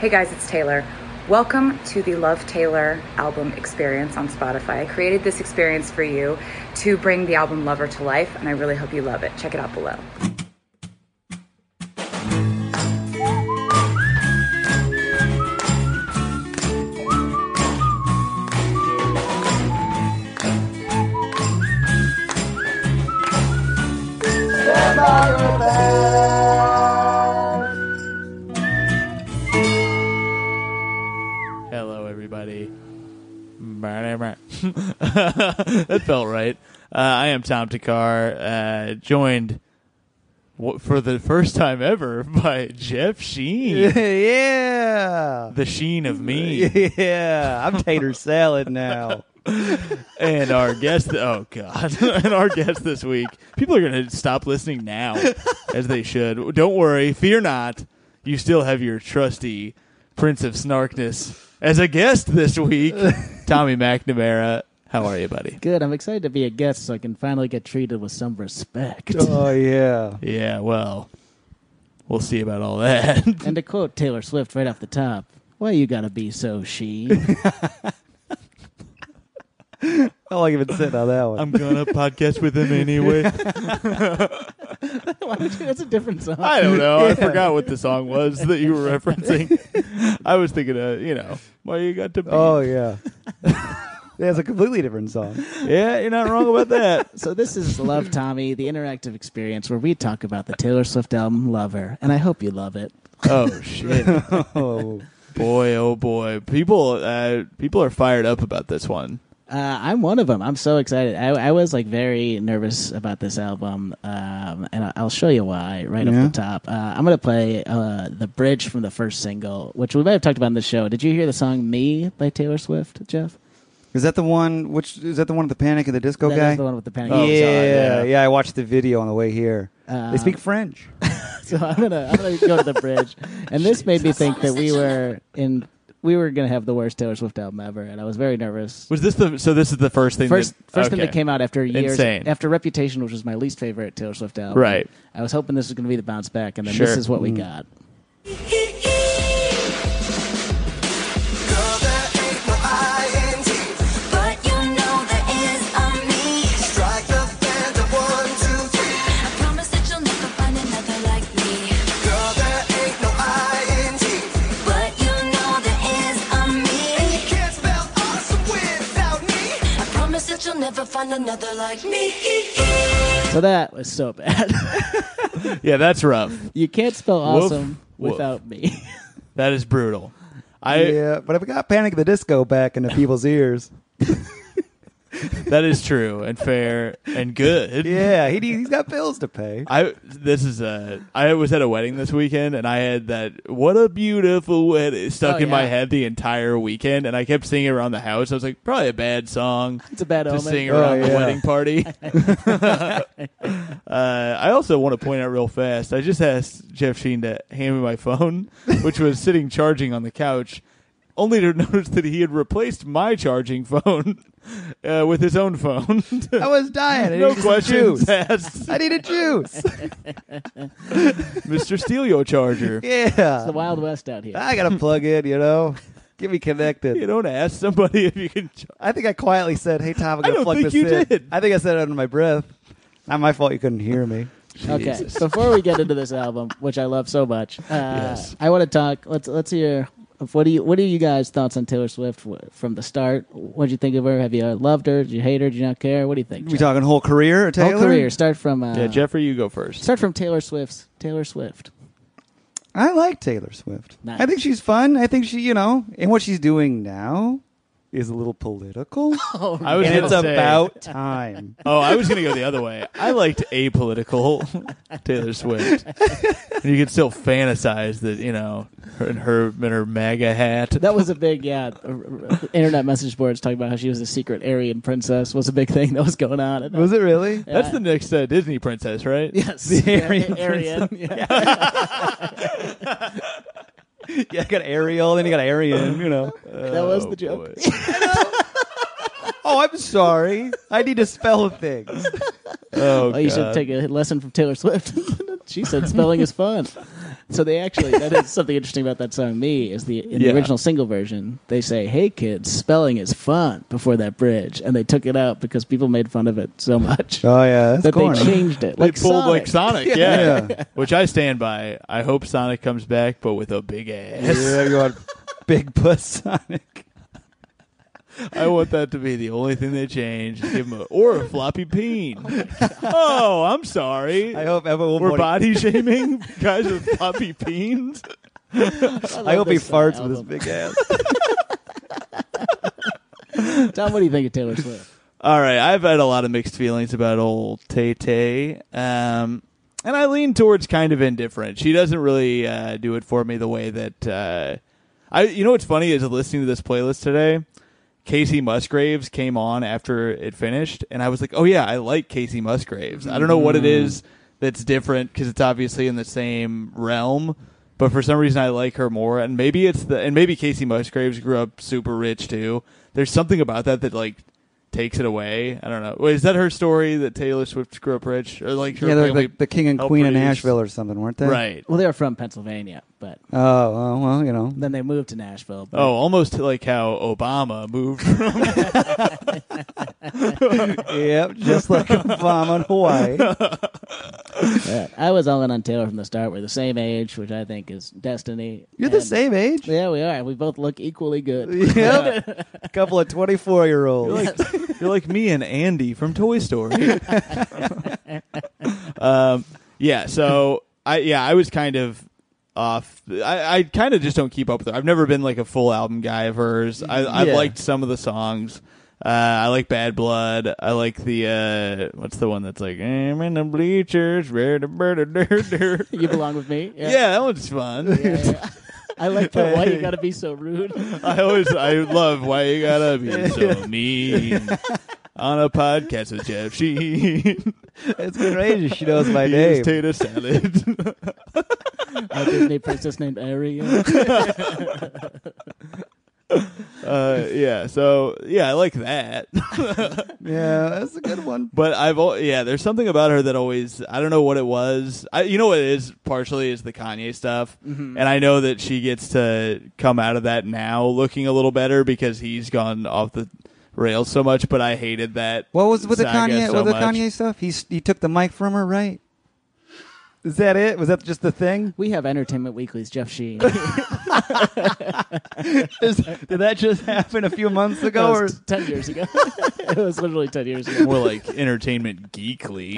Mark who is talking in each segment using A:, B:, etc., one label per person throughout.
A: Hey guys, it's Taylor. Welcome to the Love Taylor album experience on Spotify. I created this experience for you to bring the album Lover to life, and I really hope you love it. Check it out below.
B: Hello, everybody. that felt right. Uh, I am Tom Takar, uh, joined w- for the first time ever by Jeff Sheen,
C: yeah.
B: the Sheen of me,
C: Yeah. I'm tater salad now.
B: and our guest. Oh God, and our guest this week. People are going to stop listening now, as they should. Don't worry, fear not. You still have your trusty Prince of Snarkness as a guest this week, Tommy McNamara. How are you, buddy?
D: Good. I'm excited to be a guest so I can finally get treated with some respect.
C: Oh, yeah.
B: Yeah, well, we'll see about all that.
D: and to quote Taylor Swift right off the top, why you gotta be so she?
C: I like even sitting on that one.
B: I'm gonna podcast with him anyway.
D: Why would you- That's a different song.
B: I don't know. I forgot what the song was that you were referencing. I was thinking of you know why you got to be.
C: oh, yeah. That's a completely different song.
B: yeah, you're not wrong about that.
D: So this is Love Tommy, the interactive experience where we talk about the Taylor Swift album Lover, and I hope you love it.
B: Oh shit,
C: Oh,
B: boy, oh boy, people, uh, people are fired up about this one.
D: Uh, I'm one of them. I'm so excited. I, I was like very nervous about this album, um, and I- I'll show you why right
C: Yeah?
D: off the top. Uh, I'm gonna play uh, the bridge from the first single, which we might have talked about in the show. Did you hear the song "Me" by Taylor Swift, Jeff?
C: is that the one? Which is that the one with the Panic and the Disco
D: That
C: guy?
D: is the one with the panic.
B: Oh,
C: yeah,
B: yeah.
C: yeah, I watched the video on the way here.
D: Uh-huh.
C: they speak French.
D: Uh, So I'm gonna I'm gonna go to the bridge, and this made me think that we were in we were gonna have the worst Taylor Swift album ever, and I was very nervous.
B: Was this the so? This is the first thing.
D: First,
B: that,
D: first thing
B: okay.
D: that came out after years,
B: Insane.
D: after Reputation, which was my least favorite Taylor Swift album.
B: Right.
D: I was hoping this was gonna be the bounce back, and then
B: Sure.
D: this is what
C: Mm.
D: we got.
E: Girl, there ain't no INT.
F: But you know there is a me.
E: Strike the band of one, two, three.
F: I promise that you'll never find another like me.
E: Girl, there ain't no INT.
F: But you know there is a
E: And you
F: me.
E: can't spell awesome without me.
F: I promise that you'll never find another like me.
D: So that was so bad.
B: Yeah, that's rough.
D: you can't spell
B: Woof,
D: awesome
B: woof.
D: without me.
B: That is brutal. I
C: yeah, but I've got Panic at the Disco back into people's ears.
B: that is true and fair and good.
C: Yeah, he, he's got bills to pay.
B: I this is a I was at a wedding this weekend and I had that what a beautiful wedding stuck
D: Oh,
B: in my
D: yeah.
B: head the entire weekend and I kept singing around the house. I was like, probably a bad song
D: It's a bad
B: to
D: omen.
B: sing around
C: Oh,
B: the
C: yeah.
B: wedding party. uh, I also want to point out real fast. I just asked Jeff Sheen to hand me my phone, which was sitting charging on the couch, only to notice that he had replaced my charging phone uh, with his own phone.
C: I was dying. I
B: no
C: needed some
B: questions
C: juice.
B: asked.
C: I need a juice.
B: Mr. Steal Your Charger.
C: Yeah.
D: It's the Wild West out here.
C: I gotta plug in, you know. Get me
B: You
C: connected.
B: don't ask somebody if you can. ch-
C: I think I quietly said, "Hey Tom, I'm
B: I
C: gonna
B: don't
C: plug
B: think
C: this
B: you
C: in."
B: did.
C: I think I said it under my breath. Not my fault you couldn't hear me.
D: Okay, before we get into this album, which I love so much, uh,
B: Yes.
D: I want to talk. Let's let's hear. What do you What are you guys' thoughts on Taylor Swift w- from the start? What did you think of her? Have you uh, loved her? Did you hate her? Did you not care? What do you think?
C: We
D: Jeff?
C: talking whole career, or Taylor?
D: whole career. Start from uh,
B: Yeah, Jeffrey, you go first.
D: Start from Taylor Swift's Taylor Swift.
C: I like Taylor Swift.
D: Nice.
C: I think she's fun. I think she, you know, and what she's doing now is a little political,
B: I was
C: and
B: gonna
C: it's
B: say-
C: about time.
B: Oh, I was gonna go the other way. I liked apolitical Taylor Swift, and you could still fantasize that you know her in her in her MAGA hat.
D: That was a big yeah. r- r- internet message boards talking about how she was a secret Aryan princess was a big thing that was going on. And, uh,
C: Was it really?
B: That's the next uh, Disney princess, right?
D: Yes,
C: The
D: Yeah,
C: Aryan
D: Aryan. Yeah.
C: Yeah, I got Ariel, then you got Arian. You know.
D: that was the joke.
B: Oh, boy.
C: oh, I'm sorry. I need to spell things.
B: Oh,
D: Well, you should
B: God.
D: take a lesson from Taylor Swift. she said spelling is fun. So they actually that is something interesting about that song. Me is the in
C: Yeah.
D: the original single version they say, "Hey kids, spelling is fun" before that bridge, and they took it out because people made fun of it so much
C: Oh yeah, that's
D: that
C: corny.
D: they changed it.
B: They
D: Like
B: pulled like
D: Sonic.
B: Sonic, yeah.
C: Yeah.
B: Which I stand by. I hope Sonic comes back, but with a big ass.
C: Yeah, you want big puss Sonic.
B: I want that to be the only thing they change. Give him a, or a floppy peen. Oh, I'm sorry.
C: I hope Evan will.
B: We're body shaming guys with floppy peens.
C: I hope he
D: this, uh,
C: farts with his
D: album.
C: big ass.
D: Tom, what do you think of Taylor Swift?
B: All right, I've had a lot of mixed feelings about old Tay Tay, um, and I lean towards kind of indifferent. She doesn't really uh, do it for me the way that uh, I. You know what's funny is listening to this playlist today. Casey Musgraves came on after it finished, and I was like, "Oh yeah, I like Casey Musgraves." I don't know what it is that's different because it's obviously in the same realm, but for some reason I like her more. And maybe it's the and maybe Casey Musgraves grew up super rich too. There's something about that that like takes it away. I don't know. Wait, is that her story that Taylor Swift grew up rich or like her
C: yeah, they're
B: family
C: like the king and
B: helped
C: queen of
B: produce?
C: Nashville or something, weren't they?
B: right?
D: Well, they were from Pennsylvania, but
C: Oh, oh, well, you know.
D: then they moved to Nashville. But
B: Oh, almost like how Obama moved
C: yep, just like Obama in Hawaii.
D: yeah. I was all in on Taylor from the start. We're the same age, which I think is destiny.
C: You're the
D: And-
C: same age.
D: Yeah, we are. We both look equally good.
C: Yep. A couple of 24 year olds.
B: You're like me and Andy from Toy Story. um, yeah. So I yeah I was kind of off. I, I kind of just don't keep up with her. I've never been like a full album guy of hers. I I've
C: Yeah.
B: liked some of the songs. Uh, I like Bad Blood. I like the uh, what's the one that's like I'm in the bleachers, rare to bird
D: you belong with me.
B: Yeah. that one's fun.
D: Yeah, yeah. I like that. Why you gotta be so rude?
B: I always I love why you gotta be so mean on a podcast with Jeff Sheen.
C: It's outrageous. She knows my
B: He
C: name.
B: is tater salad.
D: A Disney princess named Ariel.
B: uh, yeah, so yeah, I like that.
C: yeah, that's a good one.
B: But I've al- yeah, there's something about her that always I don't know what it was. I, you know what it is partially is the Kanye stuff,
C: Mm-hmm.
B: and I know that she gets to come out of that now looking a little better because he's gone off the rails so much. But I hated that.
C: What was with the
B: saga
C: Kanye?
B: so
C: with the
B: much.
C: Kanye stuff? He s- he took the mic from her, right? Is that it? Was that just the thing?
D: We have Entertainment Weekly's Jeff Sheen.
C: Is- did that just happen a few months
D: That
C: ago? Or
D: was ten years ago. it was literally ten years ago.
B: More like entertainment geekly,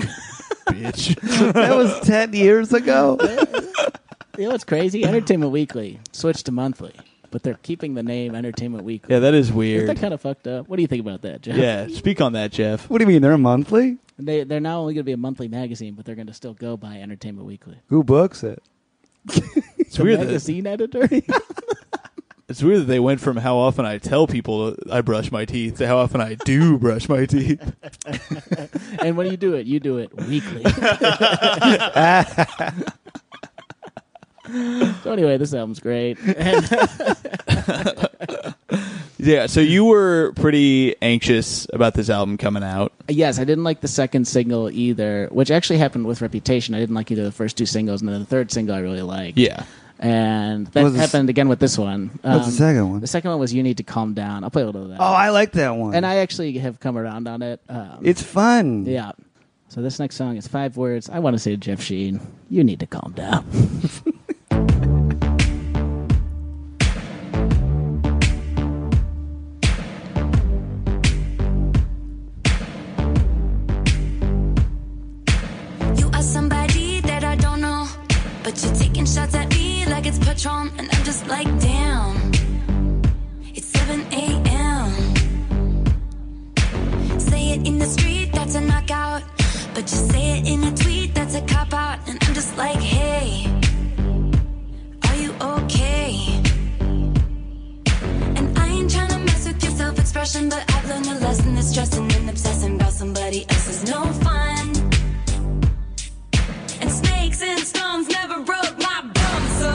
B: bitch.
C: that was ten years ago.
D: You know what's crazy? Entertainment Weekly switched to monthly, but they're keeping the name Entertainment Weekly.
B: Yeah, that is
D: Isn't
B: weird.
D: that kind of fucked up? What do you think about that, Jeff?
B: yeah, speak on that, Jeff.
C: What do you mean they're monthly?
D: They, they're not only going to be a monthly magazine, but they're going to still go by Entertainment Weekly.
C: Who books it?
B: It's weird. that-
D: magazine editor?
B: It's weird that they went from how often I tell people I brush my teeth to how often I do brush my teeth.
D: and when you do it, you do it weekly. so anyway, this album's great. And
B: Yeah, so you were pretty anxious about this album coming out.
D: yes, I didn't like the second single either, which actually happened with Reputation. I didn't like either of the first two singles, and then the third single I really liked.
B: Yeah.
D: And that
C: What was the s-
D: happened again with this one. Um,
C: What's the second one?
D: The second one was You Need to Calm Down. I'll play a little of that.
C: Oh, I like that one.
D: and I actually have come around on it. Um,
C: it's fun.
D: yeah. So this next song is five words. I want to say to Jeff Sheen, you need to calm down.
F: You are somebody that I don't know, but you're taking shots at me like it's Patron, and I'm just like, damn. It's 7 a.m. Say it in the street, that's a knockout. But you say it in a tweet, that's a cop out, and I'm just like, hey, are you okay? And I ain't tryna mess with your self expression, but I've learned a lesson that's stressing and obsessing about somebody else is no fun. And snakes and stones never broke my bum. So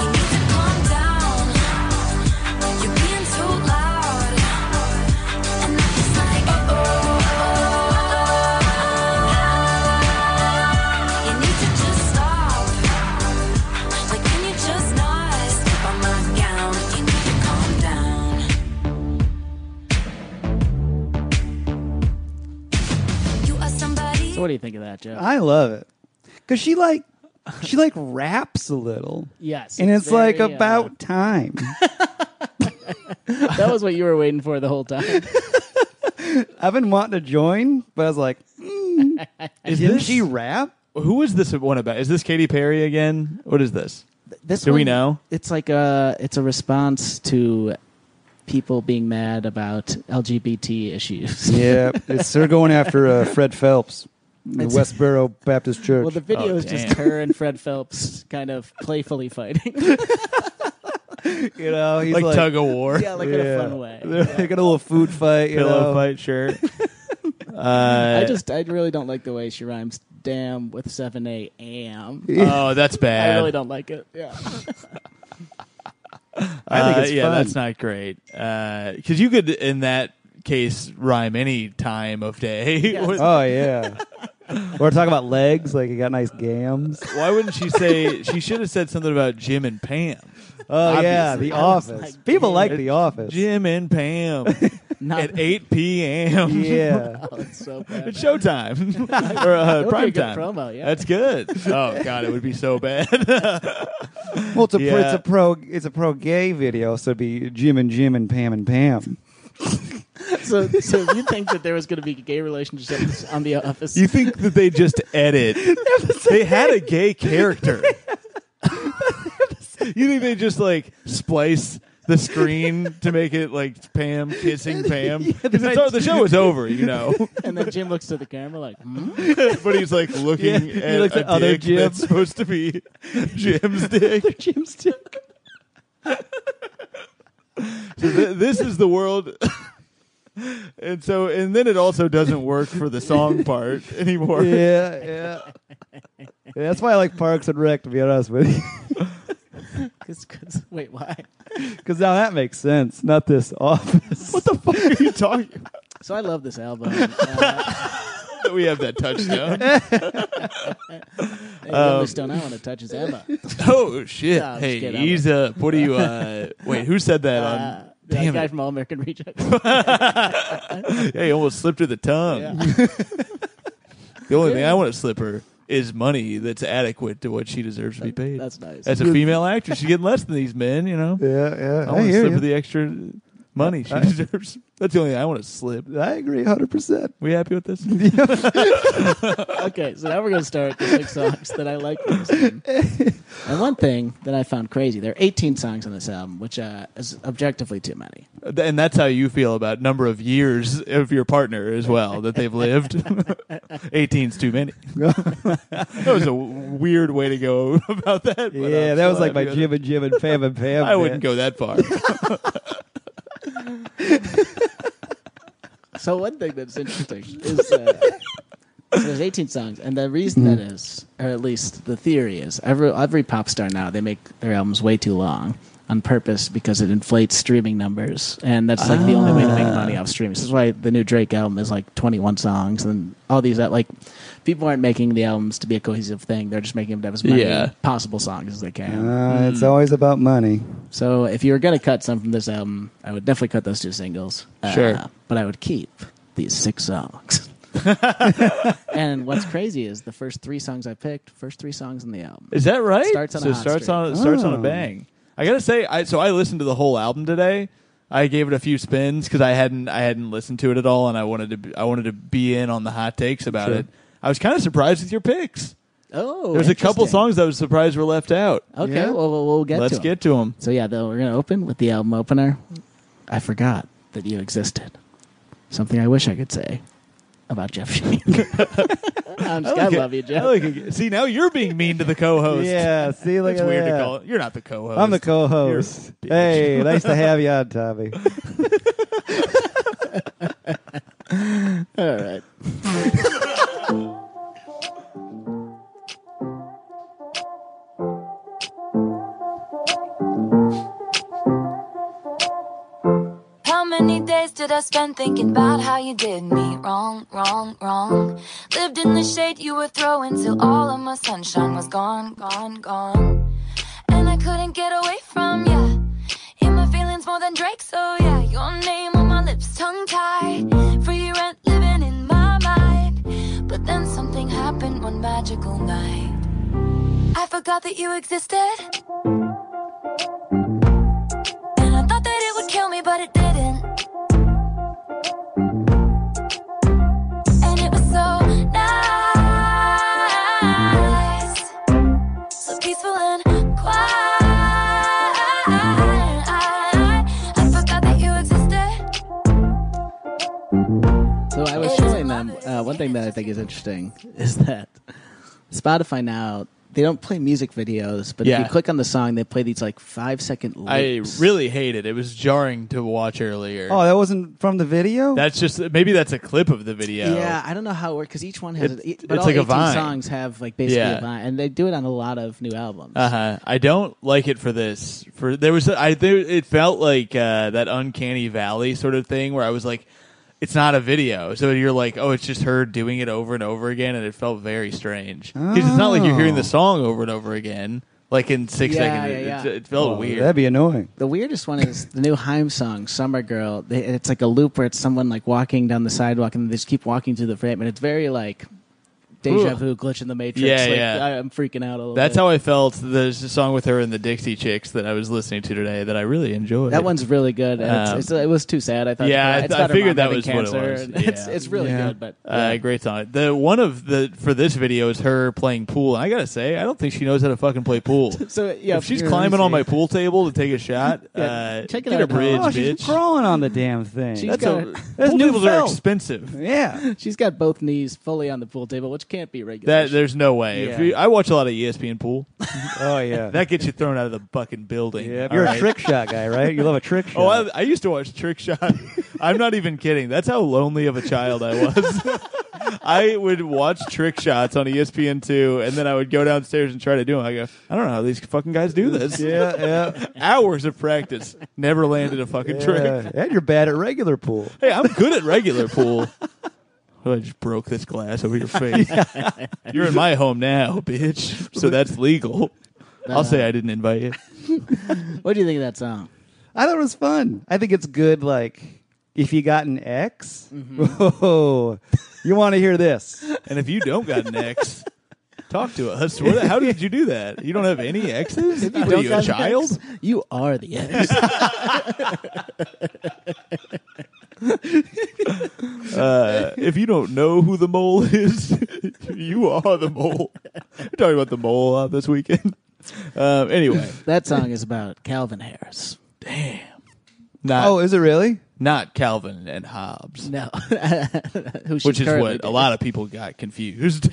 F: you need to calm down. You're being too loud. And I'm just like, oh,
D: What do you think of that, Joe?
C: I love it because she like she like raps a little,
D: yes,
C: and it's like
D: very, uh,
C: about time.
D: that was what you were waiting for the whole time.
C: I've been wanting to join, but I was like,
B: Is
C: didn't
B: this
C: she rap?
B: who is this one about? Is this Katy Perry again? What is this?
D: This
B: Do we
D: one,
B: know?
D: It's like a it's a response to people being mad about LGBT issues.
C: Yeah, it's they're going after uh, Fred Phelps, the Westboro Baptist Church.
D: Well, the video
B: Oh,
D: is just
B: damn.
D: her and Fred Phelps kind of playfully fighting.
C: you know, he's
B: Like,
C: like,
B: tug of war,
D: yeah, like in a fun way.
C: They got a little food fight, you
B: pillow
C: know.
B: fight shirt.
D: I
B: Uh,
D: just I really don't like the way she rhymes damn with seven a am.
B: oh, that's
D: I
B: bad.
D: really don't like it. Yeah.
C: I think
B: Uh,
C: it's
B: yeah,
C: fun.
B: that's not great. Because you could, in that case, rhyme any time of day. What-
C: Oh yeah, we're talking about legs. Like you got nice gams.
B: Why wouldn't she say? she should have said something about Jim and Pam.
C: Oh yeah,
B: Obviously.
C: The
D: I was
C: Office.
D: like,
C: People like
B: dude.
C: The Office.
B: Jim and Pam
D: Not
B: at eight p.m.
C: Yeah,
D: oh, it's so bad.
B: It's showtime or uh,
D: would be a
B: prime
D: good
B: time.
D: promo, yeah.
B: That's good. Oh god, it would be so bad.
C: well, it's a, pro
B: Yeah.
C: it's a pro, it's a pro gay video, so it'd be Jim and Jim and Pam and Pam.
D: So, so you think that there was going to be gay relationships on The Office?
B: you think that they just edit? they had a gay character. you think they just like splice the screen to make it like Pam kissing Pam? Because the show is over, you know.
D: and then Jim looks to the camera like, hmm?
B: but he's like looking
C: Yeah, he
B: at
C: looks
B: a
C: at other
B: dick
C: Jim.
B: that's supposed to be Jim's dick.
D: Jim's dick.
B: So th- this is the world. And so, and then it also doesn't work for the song part anymore.
C: Yeah, yeah. Yeah, That's why I like Parks and Rec, to be honest with you,
D: Cause, 'cause- wait, why?
C: because now that makes sense. Not this Office. What the fuck?
B: What are you talking about?
D: So I love this album. Uh,
B: We have that touchdown.
D: and the only
B: Um,
D: stone I want to touch is Emma.
B: Oh shit!
D: No, I'm just
B: hey,
D: kidding.
B: ease up. What do you? Uh, wait, who said that?
D: Uh,
B: on
D: that
B: damn
D: guy
B: it!
D: from All American Rejects.
B: Yeah, he almost slipped her the tongue.
D: Yeah.
B: The only thing I want to slip her is money that's adequate to what she deserves to be paid.
D: That's nice.
B: As a female actress, she's getting less than these men. You know,
C: Yeah, yeah.
B: I
C: I,
B: want to
C: hear
B: slip her
C: you.
B: the extra money she deserves. That's the only thing I want to slip.
C: I agree, hundred percent.
B: We happy with this?
D: okay, so now we're going to start the six songs that I like. from this album. and one thing that I found crazy, there are 18 songs on this album, which uh, is objectively too many.
B: and that's how you feel about number of years of your partner as well that they've lived. 18's too many. that was a weird way to go about that. but
C: Yeah,
B: I'm
C: that was
B: still
C: like my
B: happy with it.
C: Jim and Jim and Pam and Pam.
B: I wouldn't
C: bit.
B: go that far.
D: So one thing that's interesting is uh, so there's 18 songs, and the reason that is, or at least the theory is, every every pop star now they make their albums way too long on purpose because it inflates streaming numbers, and that's like the only way to make money off streaming. This is why the new Drake album is like 21 songs, and all these that like people aren't making the albums to be a cohesive thing; they're just making them to have as many
B: Yeah.
D: possible songs as they can.
C: Uh, It's always about money.
D: So if you were gonna cut some from this album, I would definitely cut those two singles. Uh,
B: Sure.
D: but I would keep these six songs. and what's crazy is the first three songs I picked, first three songs in the album.
B: Is that right?
D: Starts on
B: so
D: a
B: it
D: hot
B: starts
D: streak.
B: on starts on a
C: Oh.
B: bang. I gotta say, I so I listened to the whole album today. I gave it a few spins because I hadn't I hadn't listened to it at all, and I wanted to be, I wanted to be in on the hot takes about
C: Sure.
B: it. I was kind of surprised with your picks.
D: Oh,
B: There's a couple
D: interesting.
B: songs I was surprised were left out.
D: Okay,
C: Yeah.
D: well we'll, we'll get
B: Let's
D: to 'em.
B: get to them.
D: So yeah, though we're gonna open with the album opener. I forgot that you existed. Something I wish I could say about Jeff Sheen. I'm just, I,
B: like it.
D: love you, Jeff.
B: I like it. See, now you're being mean to the co-host.
C: Yeah, see, like
B: That's Oh, weird to call. You're not the co-host.
C: I'm the co-host.
B: You're a bitch.
C: Hey, nice to have you on, Tommy.
D: All right.
F: How many days did I spend thinking about how you did me wrong, wrong, wrong? Lived in the shade you were throwing till all of my sunshine was gone, gone, gone. And I couldn't get away from ya. In my feelings more than Drake, so yeah, your name on my lips, tongue tied. Free rent living in my mind. But then something one magical night. I forgot that you existed. And I thought that it would kill me, but it didn't. And it was so nice. So peaceful and quiet. I forgot that you existed.
D: So I was showing them uh, one thing that I think is interesting is that Spotify now they don't play music videos, but if
B: Yeah.
D: you click on the song, they play these like five second
B: I
D: loops.
B: really hate it. It was jarring to watch earlier.
C: Oh, that wasn't from the video.
B: That's just maybe that's a clip of the video.
D: yeah, I don't know how it works because each one has
B: It-
D: it, but
B: it's
D: all
B: like a
D: 18
B: Vine.
D: songs have like basically
B: Yeah.
D: a vine, and they do it on a lot of new albums.
B: Uh huh. I don't like it for this. For there was a, I there, it felt like uh, that uncanny valley sort of thing where I was like, it's not a video, so you're like, oh, it's just her doing it over and over again, and it felt very strange because it's not like you're
C: Oh.
B: hearing the song over and over again, like in six
D: Yeah,
B: seconds.
D: yeah,
B: It,
D: yeah.
B: it felt
C: Oh,
B: weird.
C: That'd be annoying.
D: The weirdest one is the new Heim song, "Summer Girl." They, and it's like a loop where it's someone like walking down the sidewalk, and they just keep walking through the frame, and it's very like deja
B: Ooh.
D: vu, glitch in the matrix.
B: Yeah,
D: like,
B: yeah.
D: I, am freaking out a little.
B: That's
D: bit.
B: how I felt. There's a song with her and the Dixie Chicks that I was listening to today that I really enjoyed.
D: That one's really good. And it's,
B: Um,
D: it's, it was too sad. I thought.
B: Yeah, I-
D: it's
B: I
D: about her
B: figured
D: mom
B: that
D: having
B: was what it
D: cancer.
B: was.
D: and It's
B: Yeah.
D: it's really
C: Yeah.
D: good, but
B: Uh, great song. The one of the for this video is her playing pool. And I gotta say, I don't think she knows how to fucking play pool.
D: So, yeah,
B: if she's
D: you're
B: climbing on
D: easy.
B: my pool table to take a shot,
D: Yeah,
B: uh,
D: check it
B: get a
D: out, Noah.
B: bridge,
C: oh, she's
B: bitch.
C: crawling on the damn thing.
D: She's
B: That's
D: got
B: a,
D: it.
C: That's
B: pool
C: new
B: tables are
C: felt.
B: expensive.
C: yeah.
D: she's got both knees fully on the pool table, which can't be regular.
B: That there's no way. If
D: Yeah.
B: you, I watch a lot of E ESPN pool.
C: Oh yeah.
B: That gets you thrown out of the fucking building.
C: yeah. if
B: All
C: You're
B: right?
C: a trick shot guy, right? You love a trick shot.
B: Oh, I, I used to watch Trick Shot. I'm not even kidding. That's how lonely of a child I was. I would watch trick shots on E ESPN2, and then I would go downstairs and try to do them. I go, I don't know how these fucking guys do this.
C: yeah, yeah.
B: Hours of practice, never landed a fucking trick.
C: yeah. And you're bad at regular pool.
B: Hey, I'm good at regular pool. Oh, I just broke this glass over your face. You're in my home now, bitch. So that's legal. I'll say I didn't invite you.
D: what do you think of that song?
C: I thought it was fun. I think it's good. Like if you got an ex, whoa, you want to hear this?
B: And if you don't got an ex, talk to us. Where the, how did you do that? You don't have any exes? What Are
D: Don't
B: you
D: got
B: a
D: an
B: child?
D: ex? You are the ex.
B: Uh, if you don't know who the mole is, you are the mole. We're talking about the mole uh, this weekend. Um, anyway,
D: that song is about Calvin Harris.
B: not
C: oh, is it really?
B: not Calvin and Hobbes,
D: No,
B: which is what a lot of people got confused.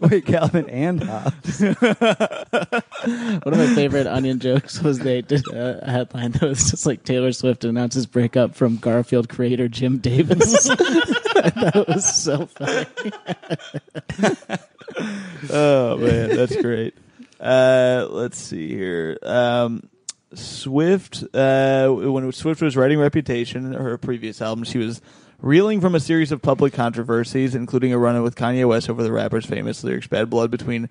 C: Wait, Calvin and Hobbes.
D: One of my favorite Onion jokes was they did a a headline that was just like Taylor Swift announces breakup from Garfield creator Jim Davis. that was so funny.
B: oh man, that's great. Uh, let's see here. Um, Swift, uh, when Swift was writing Reputation, her previous album, she was reeling from a series of public controversies, including a run-in with Kanye West over the rapper's famous lyrics "Bad Blood" between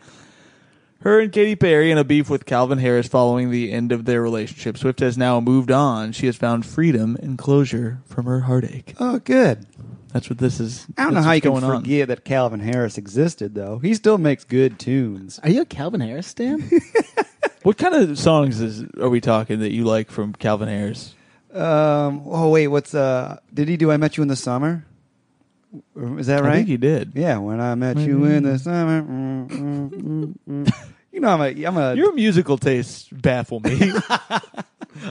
B: her and Katy Perry, and a beef with Calvin Harris following the end of their relationship. Swift has now moved on. She has found freedom and closure from her heartache.
C: Oh, good.
B: That's what this is.
C: I don't know
B: that's
C: how you
B: what's
C: can
B: going on.
C: forget that Calvin Harris existed, though. He still makes good tunes.
D: Are you a Calvin Harris stan?
B: What kind of songs is are we talking that you like from Calvin Harris?
C: Um, oh wait, what's uh? Did he do "I Met You in the Summer"? Or Is that right?
B: I think he did.
C: Yeah, when I met you in the summer. Mm, mm, mm, mm. You know, I'm a, I'm a.
B: Your musical tastes baffle me.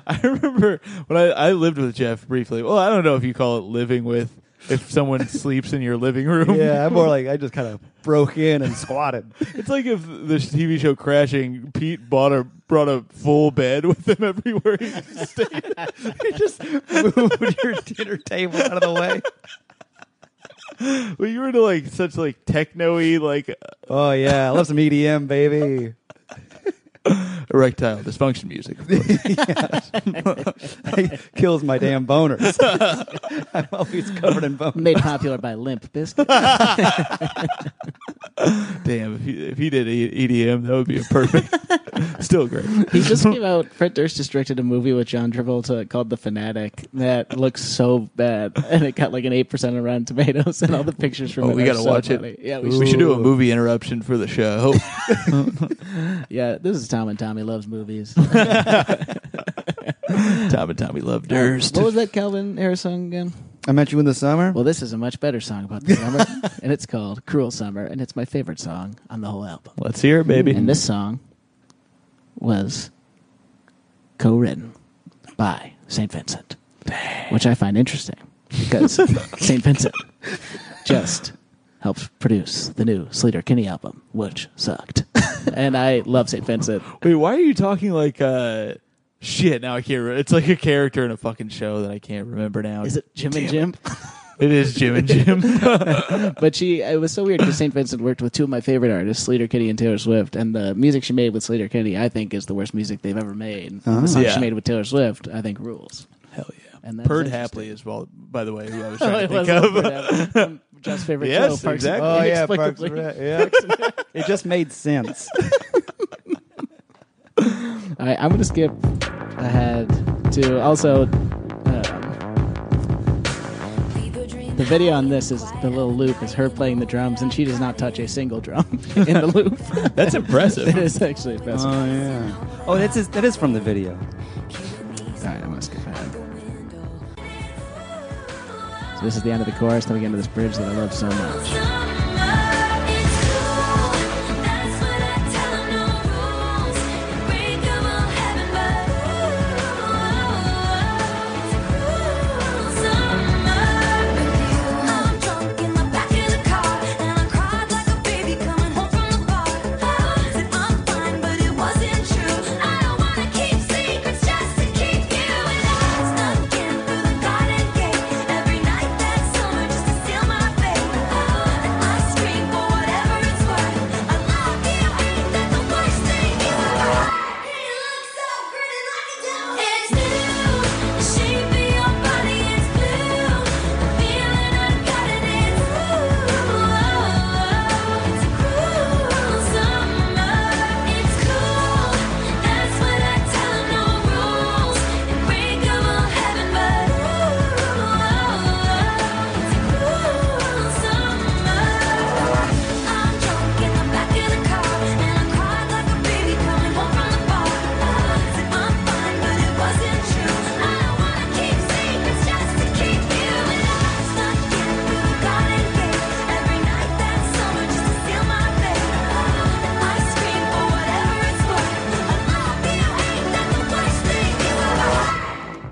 B: I remember when I, I lived with Jeff briefly. Well, I don't know if you call it living with if someone sleeps in your living room.
C: yeah, I'm more like I just kind of broke in and squatted.
B: It's like if the TV show Crashing, Pete bought a brought a full bed with him everywhere he stayed. he just
C: moved your dinner table out of the way.
B: well, you were into like such like techno-y like uh,
C: Oh yeah, I love some EDM, baby.
B: erectile dysfunction music. of course.
C: It kills my damn boners. I'm always covered in boners.
D: Made popular by Limp Bizkit.
B: Damn, if he, if he did E- EDM, that would be a perfect. Still great.
D: He just came out. Fred Durst just directed a movie with John Travolta called The Fanatic that looks so bad, and it got like an eight percent on Rotten Tomatoes, and all the pictures from
B: Oh,
D: it
B: we
D: are
B: gotta
D: so
B: watch
D: funny.
B: it.
D: Yeah,
B: we should. do a movie interruption for the show.
D: Yeah, this is Tom and Tommy loves movies.
B: Tom and Tommy Love Durst.
D: what was that Calvin Harris song again?
C: I met you in the summer.
D: Well, this is a much better song about the summer, and it's called "Cruel Summer," and it's my favorite song on the whole album.
B: Let's hear it, baby.
D: And this song was co-written by St. Vincent, which I find interesting because St. Vincent just helped produce the new Sleater Kinney album, which sucked. and I love St. Vincent.
B: Wait, why are you talking like uh shit? Now I can't. Re- it's like a character in a fucking show that I can't remember now.
D: Is it Jim and
B: Damn
D: Jim?
B: It is Jim and Jim.
D: But she, it was so weird because St. Vincent worked with two of my favorite artists, Sleater Kinney and Taylor Swift. And the music she made with Sleater Kinney, I think, is the worst music they've ever made. And The
B: Uh-huh.
D: song
B: Yeah.
D: she made with Taylor Swift, I think, rules.
B: Hell yeah.
D: And that's
B: Perd
D: interesting.
B: Hapley is well, by the way, who I was
D: Oh,
B: trying
D: it
B: to
D: was
B: think of.
D: Lord Abbott. Jeff's favorite
B: Yes,
D: show, Parks
B: exactly.
D: and
C: oh
D: Rec,
C: yeah, Parks
D: inexplicably.
C: and Rec, yeah. it just made sense.
D: All right, I'm going to skip ahead to also um, the video on this is the little loop is her playing the drums and she does not touch a single drum in the loop.
B: That's impressive.
D: it is actually impressive.
C: Oh yeah. Oh, that's is, that is from the video.
D: All right, I'm going to skip ahead. So this is the end of the chorus. Then we get into this bridge that I love so much.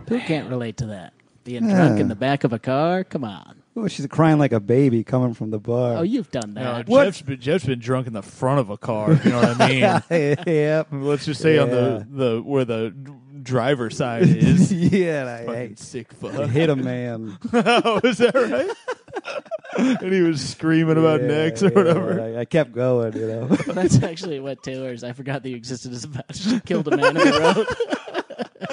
D: Who can't relate to that? Being drunk in the back of a car? Come on.
C: Oh, she's crying like a baby coming from the bar.
D: Oh, you've done
B: No,
D: that.
B: Jeff's been, Jeff's been drunk in the front of a car. if You know what I mean?
C: yep.
B: Let's just say on the, the where the driver side is.
C: yeah, I
B: Fucking
C: hate.
B: sick
C: I
B: fuck.
C: hit a man.
B: oh, is that right? and he was screaming about
C: Yeah,
B: necks or
C: yeah,
B: whatever.
C: I, I kept going, you know.
D: That's actually what Taylor's. I forgot that you existed as a match. She killed a man in the road.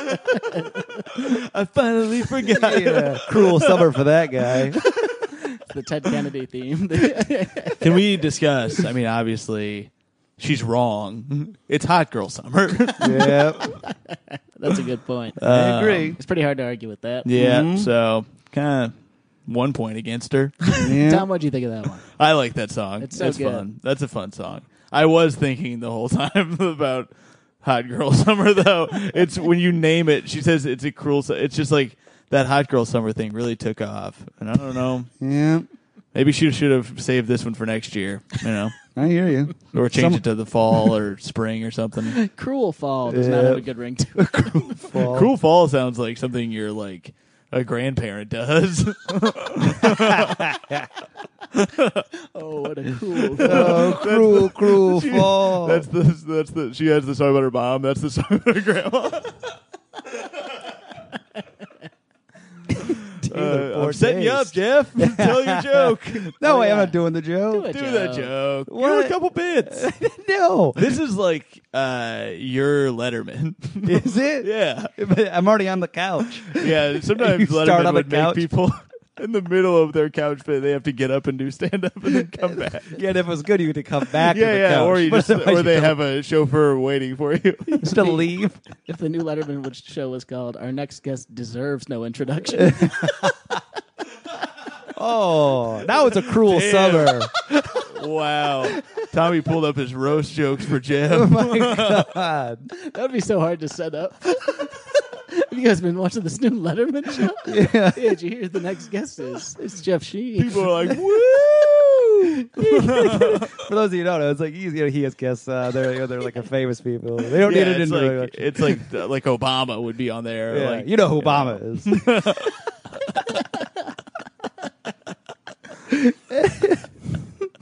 B: I finally forgot.
C: yeah, cruel summer for that guy.
D: The Ted Kennedy theme.
B: Can we discuss? I mean, obviously, she's wrong. It's hot girl summer.
C: Yep.
D: That's a good point. Um,
B: I
C: agree.
D: It's pretty hard to argue with that.
B: Yeah, so kind of Mm-hmm. one point against her.
D: Tom, what'd you think of that one?
B: I like that song.
D: It's so good.
B: fun. That's a fun song. I was thinking the whole time about Hot Girl Summer though. It's when you name it, she says it's a cruel su- it's just like that Hot Girl Summer thing really took off. And I don't know.
C: Yeah.
B: Maybe she should have saved this one for next year, you know.
C: I hear you.
B: Or change
C: Some-
B: it to the fall or spring or something.
D: Cruel Fall does not have a
C: Yeah.
D: good ring to it.
C: Fall.
B: Cruel fall sounds like something you're like a grandparent does.
D: Oh, what a cruel.
C: Oh, cruel, cruel fall.
B: That's uh, the that's the she has the song about her mom. That's the song about her grandma.
C: Taylor,
B: Uh,
C: four
B: I'm setting you
C: days.
B: up, Oh, Jeff. Tell your joke. Do
C: No way, I'm not doing the joke.
D: it.
B: that joke. Give
C: What?
B: it a couple bits.
C: No,
B: this is like uh, your Letterman.
C: is it?
B: yeah,
C: But I'm already on the couch.
B: yeah. Sometimes
C: You start
B: Letterman
C: on the
B: would make
C: couch.
B: people. in the middle of their couch fit. They have to get up and do stand up and then come back.
C: Yeah, and if it was good, you could come back. to
B: Yeah,
C: the
B: yeah.
C: couch.
B: Or you
C: But
B: just,
C: otherwise
B: or they
C: you couldn't-
B: have a chauffeur waiting for you.
C: just to leave.
D: If the new Letterman which show was called "Our Next Guest Deserves No Introduction,"
C: Oh, that was a cruel summer.
B: wow. Tommy pulled up his roast jokes for Jim.
D: that would be so hard to set up. Have you guys been watching this new Letterman show? Yeah. Yeah. Did you hear who the next guest is? It's Jeff Sheen.
B: People are like, woo!
C: For those of you who don't know, it's like he's, you know, he has guests. Uh, they're they're like a famous people. They don't
B: Yeah,
C: need an
B: it's like,
C: introduction.
B: it's like uh, like Obama would be on there.
C: Yeah,
B: like,
C: you know who Obama is.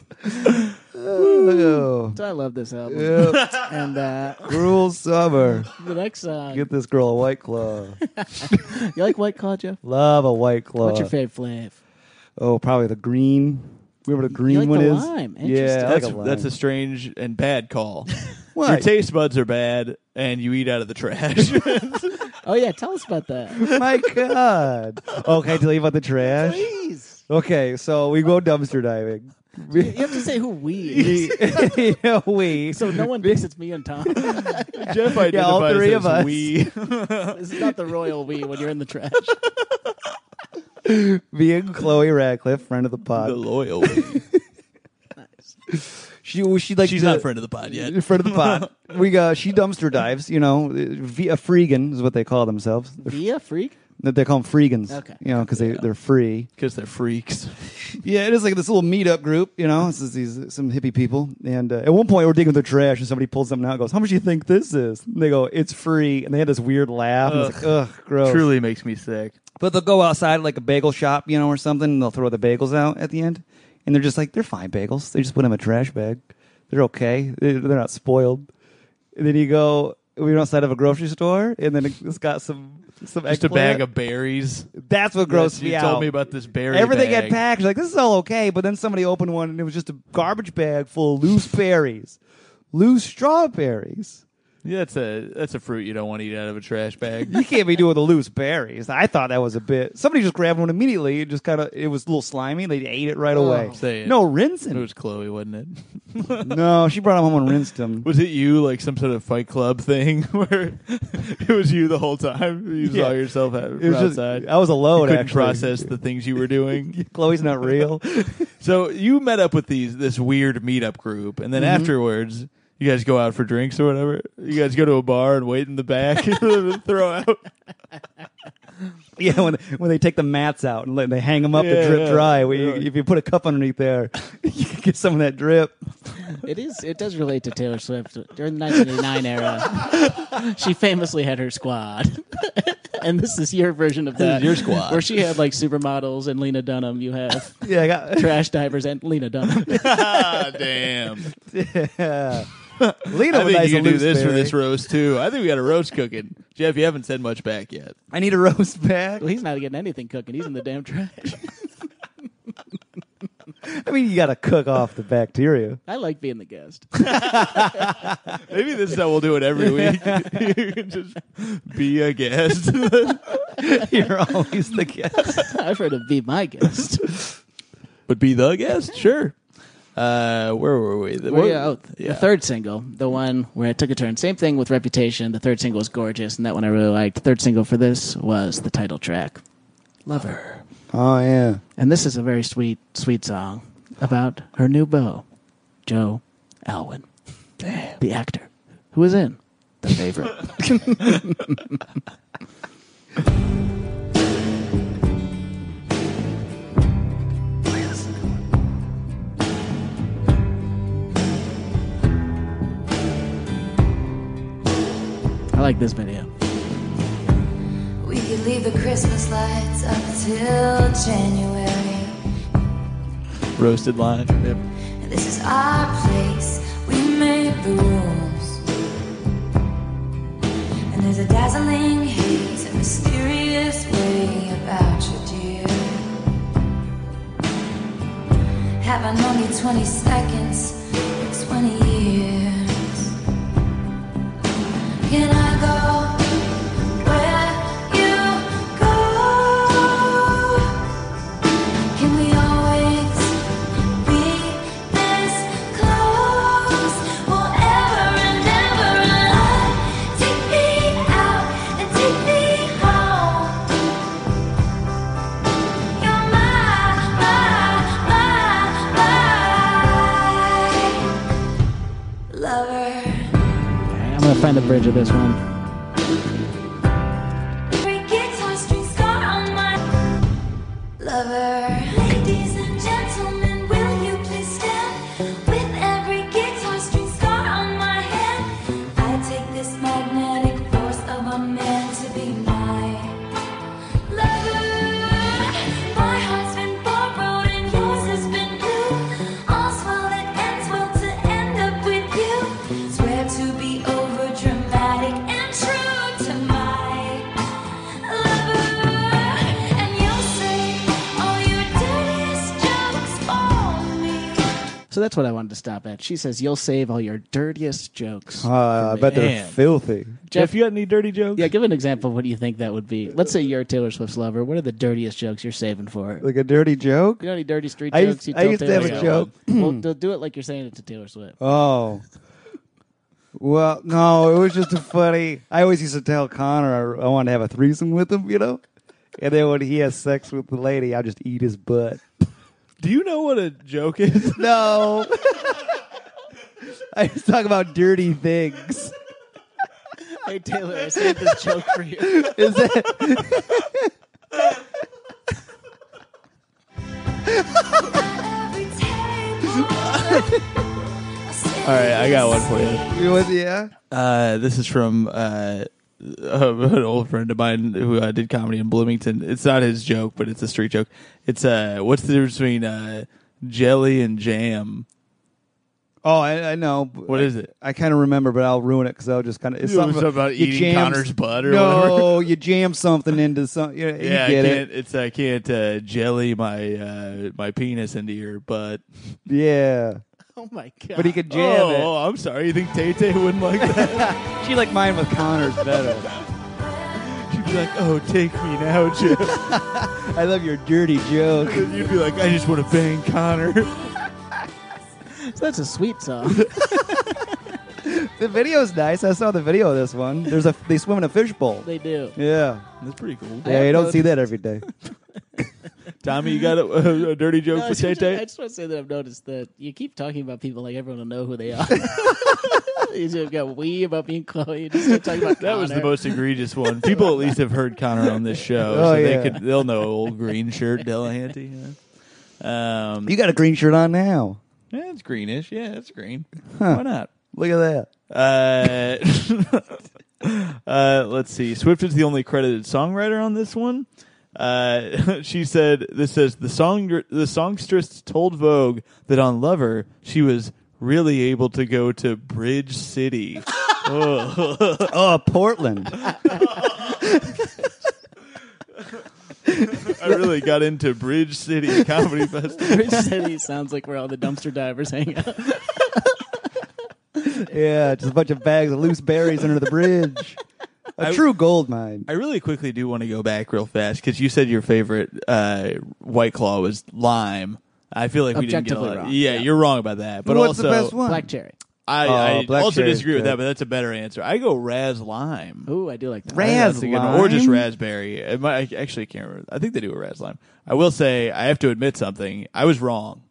C: oh,
D: So I love this album.
C: yep.
D: And uh,
C: cruel summer.
D: the next song.
C: Get this girl a white claw.
D: You like White Claw, Jeff?
C: Love a white claw.
D: What's your favorite flavor?
C: Oh, probably the green. Remember the green
D: like
C: one
D: the
C: is?
D: lime.
C: Yeah, I
D: Interesting.
C: like
B: that's
C: a lime.
B: that's a strange and bad call.
C: Why?
B: Your taste buds are bad, and you eat out of the trash.
D: Oh yeah, tell us about that.
C: My God. Oh, can I tell you about the trash?
D: Please.
C: Okay, so we go dumpster diving.
D: You have to say who we is.
C: you know, we.
D: So no one thinks it's me and Tom.
B: Jeff identifies
C: Yeah, all three
B: as
C: of us.
B: we.
D: this is not the royal we when you're in the trash.
C: me and Chloe Radcliffe, friend of the pod.
B: the loyal. we.
C: She well, she like
B: She's
C: the-
B: not friend of the pod yet.
C: friend of the pod. we got she dumpster dives. You know, via freegan is what they call themselves. They're-
D: Via freak.
C: They call them freegans.
D: Okay.
C: you know, because they they're free.
B: Because they're freaks.
C: Yeah, it is like this little meetup group, you know. This is these some hippie people, and uh, at one point we're digging through trash, and somebody pulls something out, and goes, "How much do you think this is?" And they go, "It's free," and they had this weird laugh. And it's like, ugh, gross.
B: Truly makes me sick.
C: But they'll go outside like a bagel shop, you know, or something, and they'll throw the bagels out at the end, and they're just like, they're fine bagels. They just put them in a trash bag. They're okay. They- They're not spoiled. And then you go, we were outside of a grocery store, and then it's got some some
B: Just a
C: eggplant.
B: bag of berries.
C: That's what
B: Yes,
C: grossed
B: you
C: me out.
B: told me about this berry.
C: Everything
B: bag.
C: had packaged like this is all okay, but then somebody opened one and it was just a garbage bag full of loose berries, loose strawberries.
B: Yeah, that's a that's a fruit you don't want to eat out of a trash bag.
C: You can't be doing the loose berries. I thought that was a bit. Somebody just grabbed one immediately. It just kind of it was a little slimy. They ate it right away.
B: Oh. Say it.
C: No
B: it
C: rinsing.
B: was Chloe, wasn't it?
C: no, she brought him home and rinsed him.
B: Was it you, like some sort of Fight Club thing, where it was you the whole time? You
C: Yeah.
B: saw yourself out,
C: It was just,
B: outside.
C: I was
B: You
C: alone.
B: couldn't
C: actually.
B: process the things you were doing.
C: Chloe's not real.
B: so you met up with these this weird meetup group, and then
C: Mm-hmm.
B: afterwards, you guys go out for drinks or whatever. You guys go to a bar and wait in the back and throw out.
C: yeah, when when they take the mats out and let, they hang them up
B: Yeah,
C: to drip
B: yeah.
C: dry. Well, you-
B: Yeah.
C: If you put a cup underneath there, you can get some of that drip.
D: It is. It does relate to Taylor Swift during the 1989 era. she famously had her squad, and this is your version of that.
B: your squad.
D: where she had like supermodels and Lena Dunham. You have
C: Yeah, I got.
D: trash divers and Lena Dunham.
B: ah, damn!
C: Yeah. Lena
B: I
C: would
B: think
C: nice
B: you can
C: a
B: do
C: loose
B: this for
C: berry.
B: this roast too. I think we got a roast cooking, Jeff. You haven't said much back yet.
C: I need a roast bag.
D: Well, he's not getting anything cooking. He's in the damn trash.
C: I mean, you got to cook off the bacteria.
D: I like being the guest.
B: Maybe this is how we'll do it every week. you can just be a guest.
C: You're always the guest.
D: I've heard of be my guest.
B: but be the guest, sure. Uh, where were we? The,
D: Well,
B: what-
D: yeah, oh, th-
B: yeah.
D: The third single, the one where it took a turn. Same thing with Reputation. The third single was gorgeous, and that one I really liked. The third single for this was the title track, Lover.
C: Oh yeah.
D: And this is a very sweet, sweet song about her new beau, Joe Alwyn, the actor who was in The Favorite. I like this video.
F: We could leave the Christmas lights up till January.
B: roasted line. Yep.
F: This is our place. We made the rules. And there's a dazzling haze, a mysterious way about you, dear. Haven't known you 20 seconds, 20 years. Can I go? where you go?
D: I'm gonna find a bridge of this one.
F: Every guitar string scar on my lover. Ladies and gentlemen, will you please stand? With every guitar string scar on my hand, I take this magnetic force of a man to be my lover. My heart's been borrowed and yours has been blue. All's well that ends well to end up with you. Swear to be over dramatic and true to my.
D: So that's what I wanted to stop at. She says you'll save all your dirtiest jokes.
C: Uh, I bet they're
B: Man.
C: filthy.
B: Jeff, you got any dirty jokes?
D: Yeah, give an example of what you think that would be. Let's say you're Taylor Swift's lover. What are the dirtiest jokes you're saving for her?
B: Uh,
C: Like a dirty joke?
D: You know any dirty street
C: I used-
D: jokes? you
C: I
D: tell
C: used to
D: Taylor
C: have a
D: Swift? well, do- do it like you're saying it to Taylor Swift.
B: Uh,
C: Oh. Well, no, it was just a funny. I always used to tell Connor I, I wanted to have a threesome with him, you know? And then when he has sex with the lady, I just eat his butt.
B: Do you know what a joke is?
C: No. I just talk about dirty things.
D: Hey Taylor, I saved this joke for you.
C: Is that
B: All right, I got one for you.
C: you with yeah?
B: Uh, this is from uh, uh, an old friend of mine who uh, did comedy in Bloomington. It's not his joke, but it's a street joke. It's uh, what's the difference between uh, jelly and jam?
C: Oh, I, I know.
B: What is it?
C: I kind of remember, but I'll ruin it because I'll just kind of. It's
B: It was
C: something
B: about
C: you
B: eating Connor's butt or
C: no, you jam something into some. You, you
B: Yeah,
C: get
B: I
C: it.
B: can't, it's I can't uh, jelly my uh, my penis into your butt.
C: Yeah,
D: Oh my god.
C: but he could jam
B: oh, oh, I'm sorry. You think Tay Tay wouldn't like that?
C: it. She like mine with Connor's better.
B: She'd be like, "Oh, take me now, Jeff."
C: I love your dirty joke.
B: And You'd be like, "I just want to bang Connor."
D: So that's a sweet song.
C: The video's nice. I saw the video of this one. There's a they swim in a fishbowl.
D: they do.
C: Yeah,
B: That's pretty cool.
C: yeah. You don't see that every day.
B: Tommy, you got a, a, dirty joke
D: No, I
B: for
D: just,
B: Tay
D: I
B: Tay?
D: just want to say that I've noticed that you keep talking about people like everyone will know who they are. you just got we about being Chloe. You just keep talking about
B: That was the
D: Connor.
B: most egregious one. People at least have heard Connor on this show,
C: Oh,
B: so
C: yeah.
B: they could they'll know old green shirt Delahanty. You know? Um,
C: You got a green shirt on now.
B: yeah, it's greenish. Yeah, it's green. Why not?
C: Look at that.
B: Uh, uh, let's see. Swift is the only credited songwriter on this one. Uh, she said, "This says the song the songstress told Vogue that on Lover she was really able to go to Bridge City."
C: Oh, Portland.
B: I really got into Bridge City Comedy Festival.
D: Bridge City sounds like where all the dumpster divers hang out.
C: yeah, just a bunch of bags of loose berries under the bridge. A
B: I-
C: true gold mine.
B: I really quickly do want to go back real fast because you said your favorite uh, White Claw was lime. I feel like we didn't get a
D: Objectively
B: lot.
D: wrong,
B: Yeah,
D: yeah.
B: you're wrong about that. But
C: What's
B: also,
C: the best one?
D: Black cherry.
B: I,
C: Oh,
B: I
C: black
B: also
C: cherry is
B: disagree with
C: good.
B: that, but that's a better answer. I go Raz Lime.
D: Ooh, I do like that.
C: Raz
B: That's a good one. Or just
C: lime?
B: raspberry. It might- I actually can't remember. I think they do a Raz Lime. I will say, I have to admit something. I was wrong.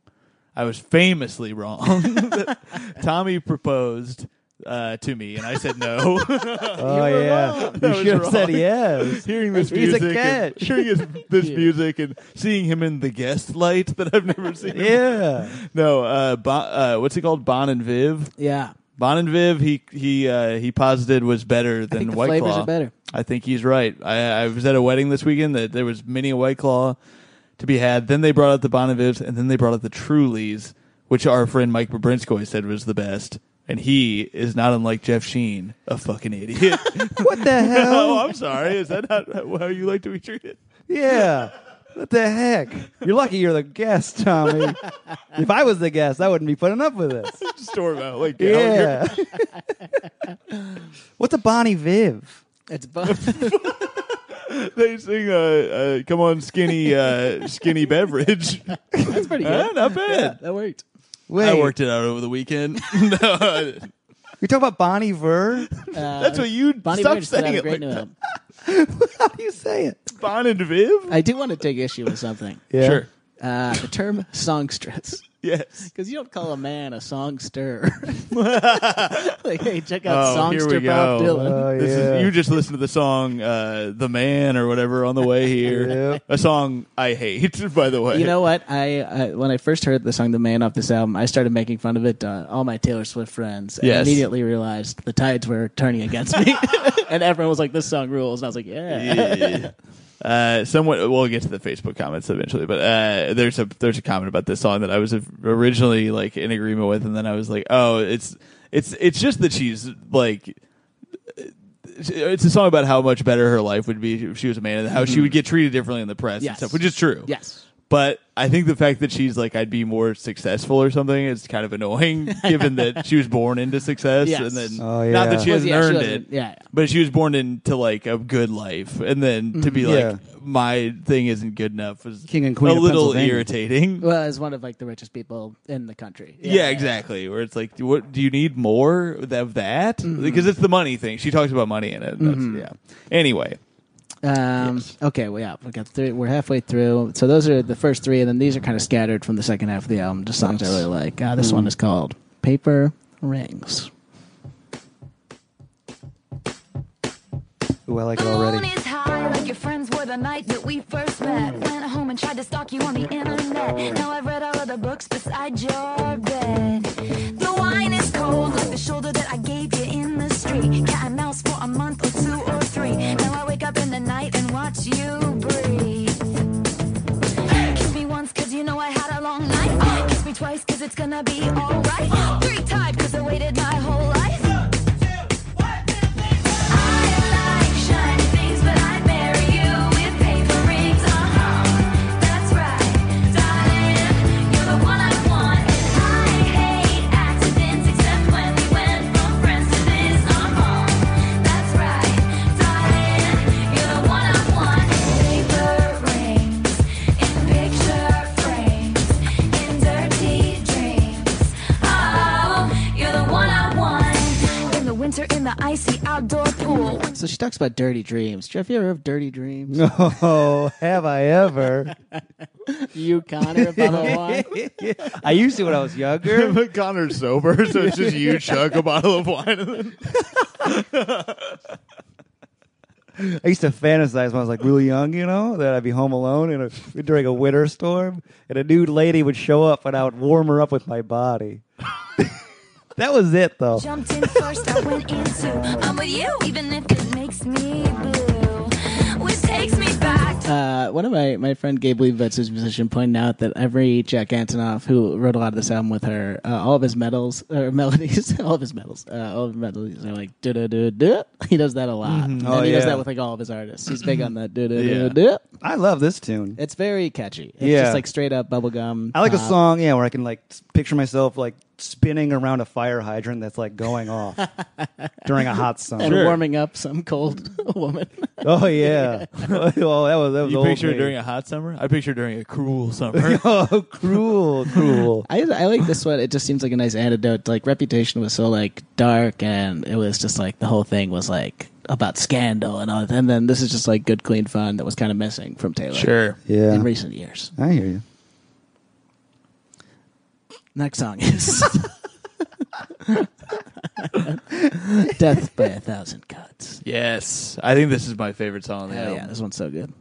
B: I was famously wrong. Tommy proposed uh, to me, and I said no.
C: Oh yeah,
B: That was
C: you should have
B: wrong.
C: said yes.
B: hearing this
C: He's a
B: music, and-
C: catch.
B: hearing his, this music, and seeing him in the guest light that I've never seen. him.
C: Yeah,
B: No, uh, bon, uh, what's it called? Bon and Viv.
D: Yeah.
B: Bon and Viv. He he uh, he posited was better than
D: the
B: White
D: flavors
B: Claw.
D: are better.
B: I think he's right. I, I was at a wedding this weekend that there was many a White Claw to be had. Then they brought out the Bon and Vivs, and then they brought out the Trulies, which our friend Mike Babrinskoy said was the best. And he is not unlike Jeff Sheen, a fucking idiot.
C: what the hell?
B: oh, I'm sorry. Is that not how you like to be treated?
C: Yeah, what the heck? You're lucky you're the guest, Tommy. if I was the guest, I wouldn't be putting up with this.
B: Storm out like Gallagher.
C: Yeah. What's a Bonnie Viv?
D: It's both.
B: They sing uh, uh, "Come on, skinny, uh, skinny beverage."
D: That's pretty good.
B: Eh, not bad.
D: That worked.
C: Wait,
B: I worked it out over the weekend. no, I-
C: you talking about Bonnie Ver?
D: Uh,
B: that's what you
D: Bonnie
B: stop
D: Raitt just put out
B: saying
D: a
B: it. Like,
D: great new album.
C: How do you say it?
B: Bon and Viv.
D: Uh, I do want to take issue with something.
C: Yeah.
B: Sure.
D: Uh, the term songstress.
B: yes.
D: Because you don't call a man a songster. like, hey, check out
B: Oh, here
D: songster
B: we
D: Bob
B: go.
D: Dylan.
C: Oh,
B: This
C: yeah.
B: is you just listened to the song uh, "The Man" or whatever on the way here.
C: Yep.
B: A song I hate, by the way.
D: you know what? I, I when I first heard the song "The Man" off this album, I started making fun of it to all my Taylor Swift friends, and
B: Yes.
D: immediately realized the tides were turning against me, and everyone was like, "This song rules," and I was like, "Yeah."
B: Yeah. Uh, someone we'll get to the Facebook comments eventually, but uh, there's a there's a comment about this song that I was originally like in agreement with, and then I was like, oh, it's it's it's just that she's like, it's a song about how much better her life would be if she was a man, and how she would get treated differently in the press and
D: Mm-hmm. Yes.
B: stuff, which is true.
D: Yes.
B: But I think the fact that she's like, I'd be more successful or something is kind of annoying, given that she was born into success,
D: Yes.
B: and then
C: Oh, yeah.
B: not that she
D: Well,
B: hasn't
D: yeah, she
B: earned it,
D: wasn't- yeah.
B: but she was born into like a good life, and then
D: Mm-hmm.
B: to be
C: Yeah.
B: like, my thing isn't good enough is
C: King and queen
B: a
C: of
B: little
C: Pennsylvania.
B: irritating.
D: Well, as one of like the richest people in the country.
B: yeah. exactly. Where it's like, do- what do you need more of that?
D: Mm-hmm.
B: Because it's the money thing. She talks about money in it. That's, Yeah. Anyway,
D: Um, Okay, well, yeah, we got three. We're halfway through. So those are the first three, and then these are kind of scattered from the second half of the album. Just songs I really like. Uh,
B: Mm-hmm.
D: this one is called "Paper Rings."
C: Ooh, I like it
F: The
C: already.
F: moon is high like your friends were the night that we first met. Went home and tried to stalk you on the internet. Now I've read all of the books beside your bed. The wine is cold like the shoulder that I gave you in the street. Cat and mouse for a month or two or three. Now I wake up in the night and watch you breathe. Kiss me once cause you know I had a long night. Kiss me twice cause it's gonna be alright. Three times cause I waited my whole life. I like shiny things, but I'd marry you with paper rings. Uh-huh, that's right, darling. You're the one I want. I hate accidents, except when we went from friends to this. Uh-huh, that's right, darling. You're the one I want. Paper rings in picture frames, in dirty dreams. Oh, you're the one I want. In the winter, in the icy outdoor pool.
D: So she talks about dirty dreams. Jeff, you ever have dirty dreams?
C: Oh, have I ever?
D: You, Connor, if I'm a wine.
C: I used to when I was younger.
B: Connor's sober, so it's just you chug a bottle of wine. And then
C: I used to fantasize when I was like really young, you know, that I'd be home alone in a, during a winter storm, and a nude lady would show up, and I would warm her up with my body. that was it, though.
F: Jumped in first, I went into. I'm with you, even if it makes me blue. Which takes me back to
D: Uh, one of my, my friend Gabe Leibovitz, who's a musician, pointed out that every Jack Antonoff, who wrote a lot of this album with her, uh, all of his medals or melodies, all of his medals, uh, all of his melodies are like do do do do. He does that a lot, and
C: Oh,
D: he does
C: yeah.
D: that with like all of his artists. He's big on the do do
B: Yeah.
D: do do.
C: I love this tune.
D: It's very catchy. It's
C: Yeah.
D: just like straight up bubblegum. uh,
C: I like a
D: pop.
C: song, yeah, where I can like s- picture myself like spinning around a fire hydrant that's like going off during a hot
D: and
C: summer.
D: warming up some cold woman.
C: Oh yeah. oh, that was that was
B: you
C: old
B: picture it
C: me.
B: during a hot summer? I picture it during a cruel summer.
C: oh cruel, cruel.
D: I I like this one. It just seems like a nice antidote. Like Reputation was so like dark, and it was just like the whole thing was like about scandal and all. that. And then this is just like good, clean fun that was kind of missing from Taylor.
C: Yeah.
D: in recent years.
C: I hear you.
D: Next song is Death by a Thousand Cuts.
B: Yes, I think this is my favorite song on the
D: Hell
B: album.
D: yeah, this one's so good.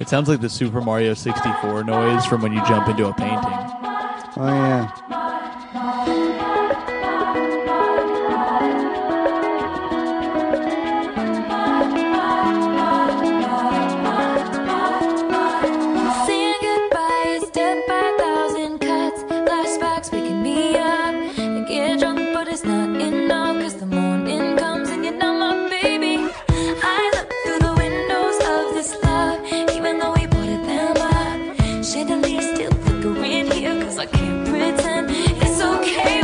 B: It sounds like the Super Mario 64 noise from when you jump into a painting.
C: Oh yeah.
F: saying goodbye. It's death by a thousand cuts. Flashbacks picking me up. I get drunk, but it's not enough. Cause the morning comes and you're not my baby. I look through the windows of this love, even though we boarded them up. Chandeliers still flickering here, cause I can't pretend it's okay.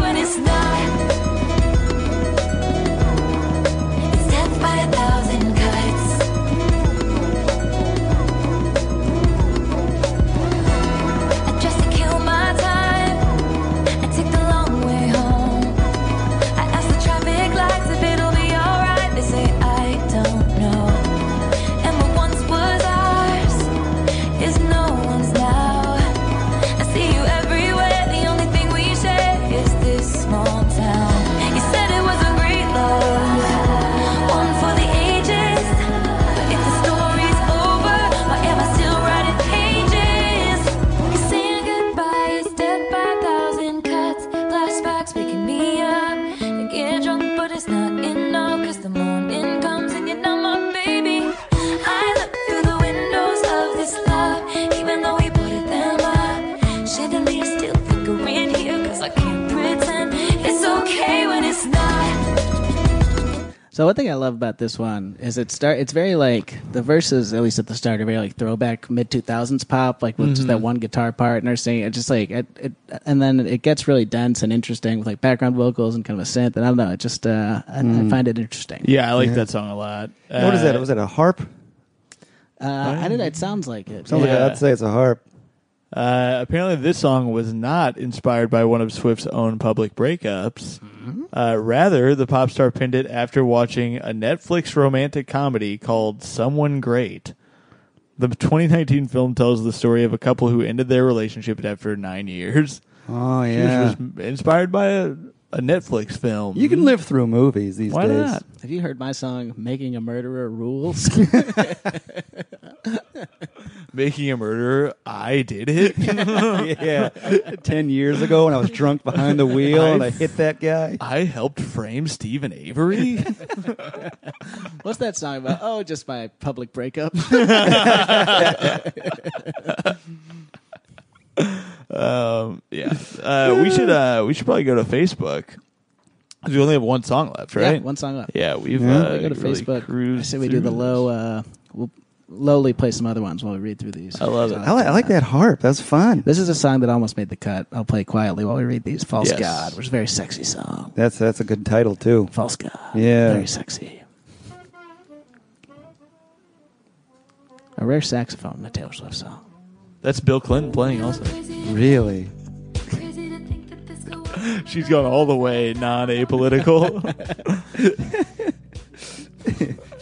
D: So one thing I love about this one is it start. It's very like the verses, at least at the start, are very like throwback mid two thousands pop, like with just
B: Mm-hmm.
D: that one guitar part and her singing. It's just like it, it, and then it gets really dense and interesting with like background vocals and kind of a synth. And I don't know, it just uh, I, I find it interesting.
B: Mm. Yeah, I like that song a lot.
C: what is that? Was that a harp?
D: Uh, I don't know. It sounds like it.
C: Sounds like
B: Yeah.
C: a, I'd say it's a harp.
B: Uh, apparently, this song was not inspired by one of Swift's own public breakups.
C: Mm-hmm.
B: Uh, rather, the pop star pinned it after watching a Netflix romantic comedy called Someone Great. The 2019 film tells the story of a couple who ended their relationship after nine years.
C: Oh
B: She
C: yeah.
B: was just inspired by a, a Netflix film.
C: you can live through movies these
B: Why
C: days.
B: not?
D: Have you heard my song "Making a Murderer Rules"?
B: Making a Murderer, I did it.
C: yeah. Ten years ago when I was drunk behind the wheel and I hit that guy.
B: I helped frame Stephen Avery.
D: What's that song about? Oh, just my public breakup.
B: Um, yeah, uh, we should uh, we should probably go to Facebook 'Cause we only have one song left, right?
D: Yeah, one song left.
B: Yeah, we've
D: We
B: uh,
D: go to
B: really
D: Facebook.
B: cruised
D: I say we do the
B: through
D: low. Uh, we'll lowly play some other ones while we read through these. I
B: love it.
C: I like, I like that harp. That was fun.
D: This is a song that almost made the cut. I'll play quietly while we read these. False
B: Yes.
D: God, which is a very sexy song.
C: That's that's a good title too.
D: False God.
C: Yeah.
D: Very sexy. A rare saxophone in a Taylor Swift song.
B: this. That's Bill Clinton playing also.
C: Really?
F: Crazy to think that this could work.
B: She's gone all the way non apolitical.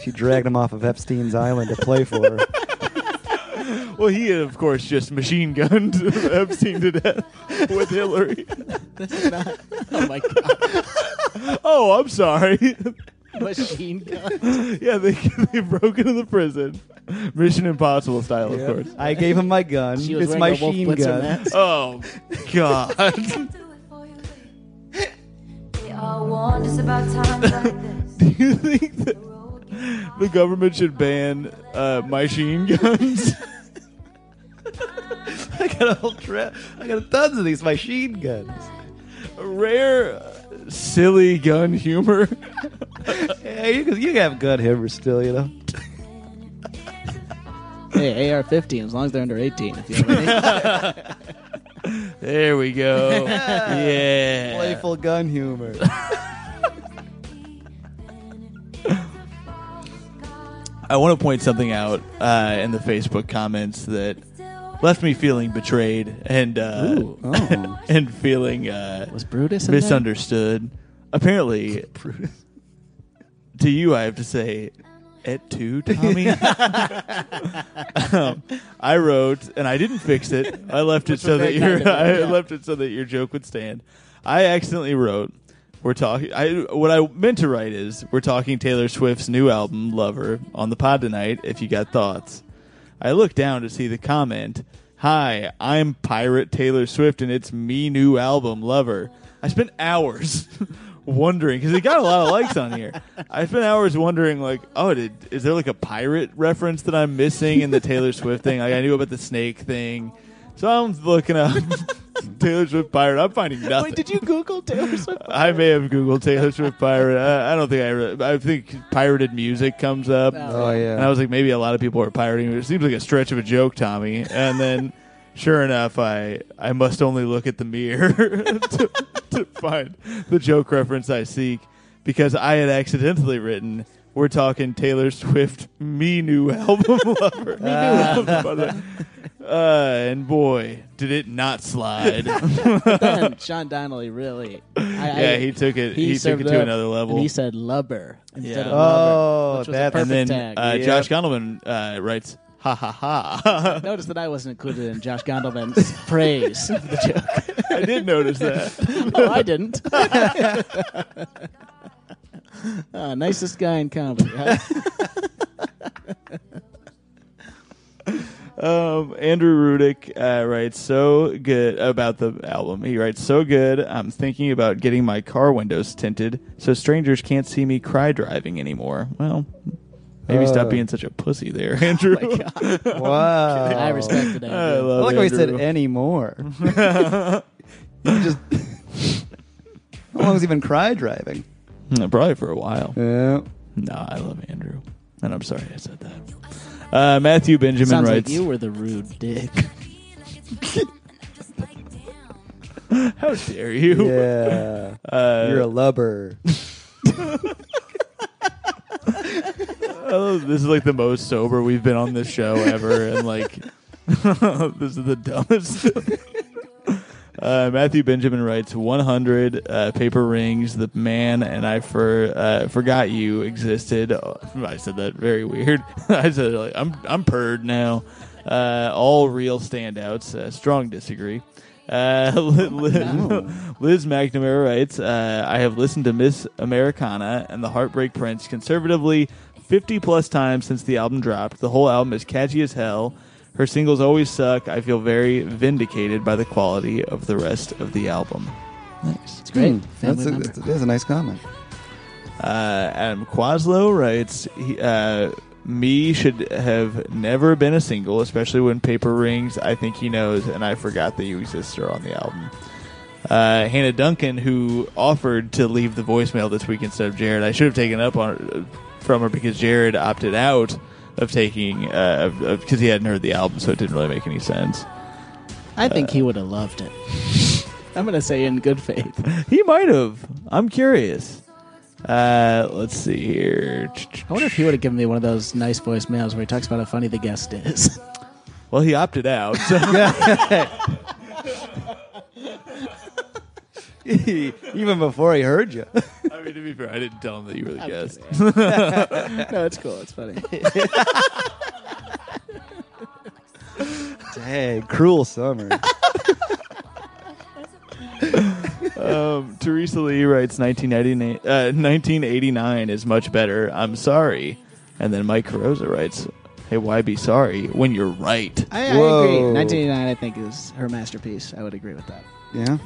C: She dragged him off of Epstein's island to play for her.
B: well, he had, of course just machine gunned Epstein to death with Hillary.
D: Oh my God.
B: Oh, I'm sorry.
D: Machine gun.
B: yeah, they they broke into the prison, Mission Impossible style, of course.
C: I gave him my gun.
D: She was
C: It's
D: wearing
C: my
D: a Wolf
C: machine
D: Blitzer
C: gun.
D: mask.
B: Oh God.
F: I'll do it for you, babe. They all warned us about times like this.
B: Do you think that the government should ban uh, machine guns?
C: I got a whole trap. I got tons of these machine guns.
B: Rare, uh, silly gun humor.
C: Yeah, you, you have gun humor still, you know.
D: Hey, AR 15, as long as they're under 18. If you know what I mean.
B: There we go. yeah.
C: Playful gun humor.
B: I want to point something out uh, in the Facebook comments that left me feeling betrayed and uh,
D: Ooh.
B: and feeling uh,
D: Was Brutus in there?
B: misunderstood. Apparently, to you, I have to say, et tu, Tommy. Um, I wrote, and I didn't fix it. I left it so that your
D: very kind of you,
B: I
D: yeah.
B: left it so that your joke would stand. I accidentally wrote. We're talking. I what I meant to write is we're talking Taylor Swift's new album, Lover, on the pod tonight. If you got thoughts, I look down to see the comment. Hi, I'm Pirate Taylor Swift, and it's me new album, Lover. I spent hours wondering because it got a lot of likes on here. I spent hours wondering, like, oh, did, is there like a pirate reference that I'm missing in the Taylor Swift thing? Like, I knew about the snake thing, so I'm looking up Taylor Swift pirate. I'm finding nothing.
D: Wait, did you Google Taylor Swift?
B: I may have Googled Taylor Swift pirate. I, I don't think I. Re- I think pirated music comes up.
C: Oh yeah.
B: And I was like, maybe a lot of people are pirating. It seems like a stretch of a joke, Tommy. And then, sure enough, I I must only look at the mirror to, to find the joke reference I seek because I had accidentally written. We're talking Taylor Swift, me new album lover. me new
D: Ah.
B: album. Uh, and boy, did it not slide.
D: Then Sean Donnelly really. I,
B: yeah, he took it. He, took
D: served
B: it to
D: up,
B: another level.
D: And he said lubber instead
B: Yeah.
D: of lover.
C: Oh,
D: which was a
C: that's-
D: perfect
B: and then
D: tag.
B: uh,
C: Yeah.
B: Josh Gondelman uh, writes, "Ha ha ha."
D: Notice that I wasn't included in Josh Gondelman's praise of the
B: I did notice that.
D: joke. No, I didn't. Ah, nicest guy in comedy. huh?
B: Um, Andrew Rudick uh, writes so good about the album. He writes so good. I'm thinking about getting my car windows tinted so strangers can't see me cry driving anymore. Well, maybe
C: Uh. Oh
B: stop being such a pussy there, Andrew.
C: wow.
D: I respected
B: Oh. I love
D: that.
C: I like how he said
B: Andrew.
C: anymore. you just. How long has he been cry driving?
B: Uh, Probably for a while.
C: eh. Yeah.
B: No, I love Andrew, and I'm sorry I said that. Uh, Matthew Benjamin
D: Sounds
B: writes,
D: like you were the rude dick.
B: Hmm, "How dare you?"
C: Yeah.
B: Uh,
C: You're a lubber.
B: Oh, this is like the most sober we've been on this show ever, and like this is the dumbest. uh, Matthew Benjamin writes 100 uh, paper rings. The man and I for uh, forgot you existed. Oh, I said that very weird. I said like I'm I'm purred now. Uh, all real standouts. Uh, strong disagree. Uh, Li- Li- Liz McNamara writes, uh, I have listened to Miss Americana and the Heartbreak Prince conservatively 50 plus times since the album dropped. The whole album is catchy as hell. Her singles always suck. I feel very vindicated by the quality of the rest of the album. Nice.
D: It's great.
C: Hmm,
D: Family
C: that's, a,
D: member.
C: that's, a, that's a nice comment.
B: Uh, Adam Quaslow writes, he, uh, me should have never been a single, especially when Paper Rings, I Think He Knows, and I Forgot That You Exist are on the album. Uh, Hannah Duncan, who offered to leave the voicemail this week instead of Jared, I should have taken up on from her because Jared opted out of taking because uh, of- 'cause he hadn't heard the album, so it didn't really make any sense. uh,
D: I think he would have loved it. I'm gonna say in good faith.
B: He might have. I'm curious. Uh, let's see here.
D: I wonder if he would have given me one of those nice voicemails where he talks about how funny the guest is.
B: Well, he opted out. So.
C: Even before he heard you.
B: I mean, to be fair, I didn't tell him that you were the guest.
D: no, it's cool. It's funny.
C: Dang, cruel summer.
B: Um, Teresa Lee writes 1989, uh, 1989 is much better. I'm sorry. And then Mike Rosa writes, Hey, why be sorry when you're right?
D: I, I
C: Whoa.
D: agree. 1989, I think, is her masterpiece. I would agree with that.
C: yeah.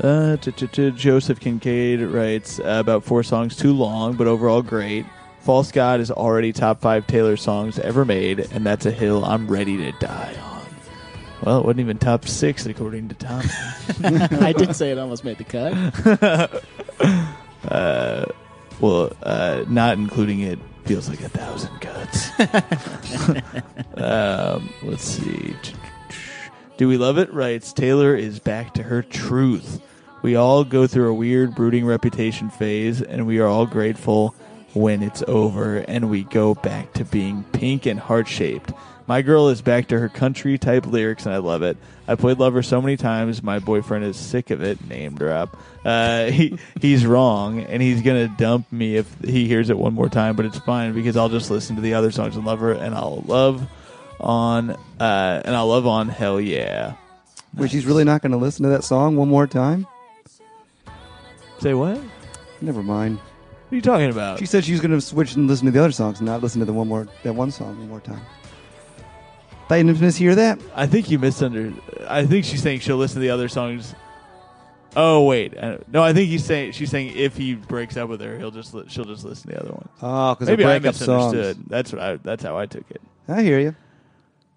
B: Uh, t- t- t- Joseph Kincaid writes uh, about four songs too long, but overall great. False God is already top five Taylor songs ever made, and that's a hill I'm ready to die on. Well, it wasn't even top six according to Tom.
D: I did say it almost made the cut.
B: Well, uh, not including it feels like a thousand cuts. um, let's see. Do we love it? Writes Taylor is back to her truth. We all go through a weird brooding reputation phase, and we are all grateful when it's over and we go back to being pink and heart shaped. My girl is back to her country type lyrics, and I love it. I played Lover so many times, my boyfriend is sick of it. Name drop. Uh, he he's wrong, and he's gonna dump me if he hears it one more time. But it's fine because I'll just listen to the other songs and Lover, and I'll love on uh, and I'll love on. Hell yeah!
C: Wait, she's really not going to listen to that song one more time?
B: Say what? What
C: Never mind.
B: are you talking about?
C: She said she was going to switch and listen to the other songs, and not listen to the one more that one song one more time. Thought you didn't hear that?
B: I think you misunderstood. I think she's saying she'll listen to the other songs. Oh wait, I don't- no, I think he's saying she's saying if he breaks up with her, he'll just li- she'll just listen to the other one.
C: Oh, because
B: Maybe I
C: breakup songs.
B: misunderstood. That's what I. That's how I took it.
C: I hear you.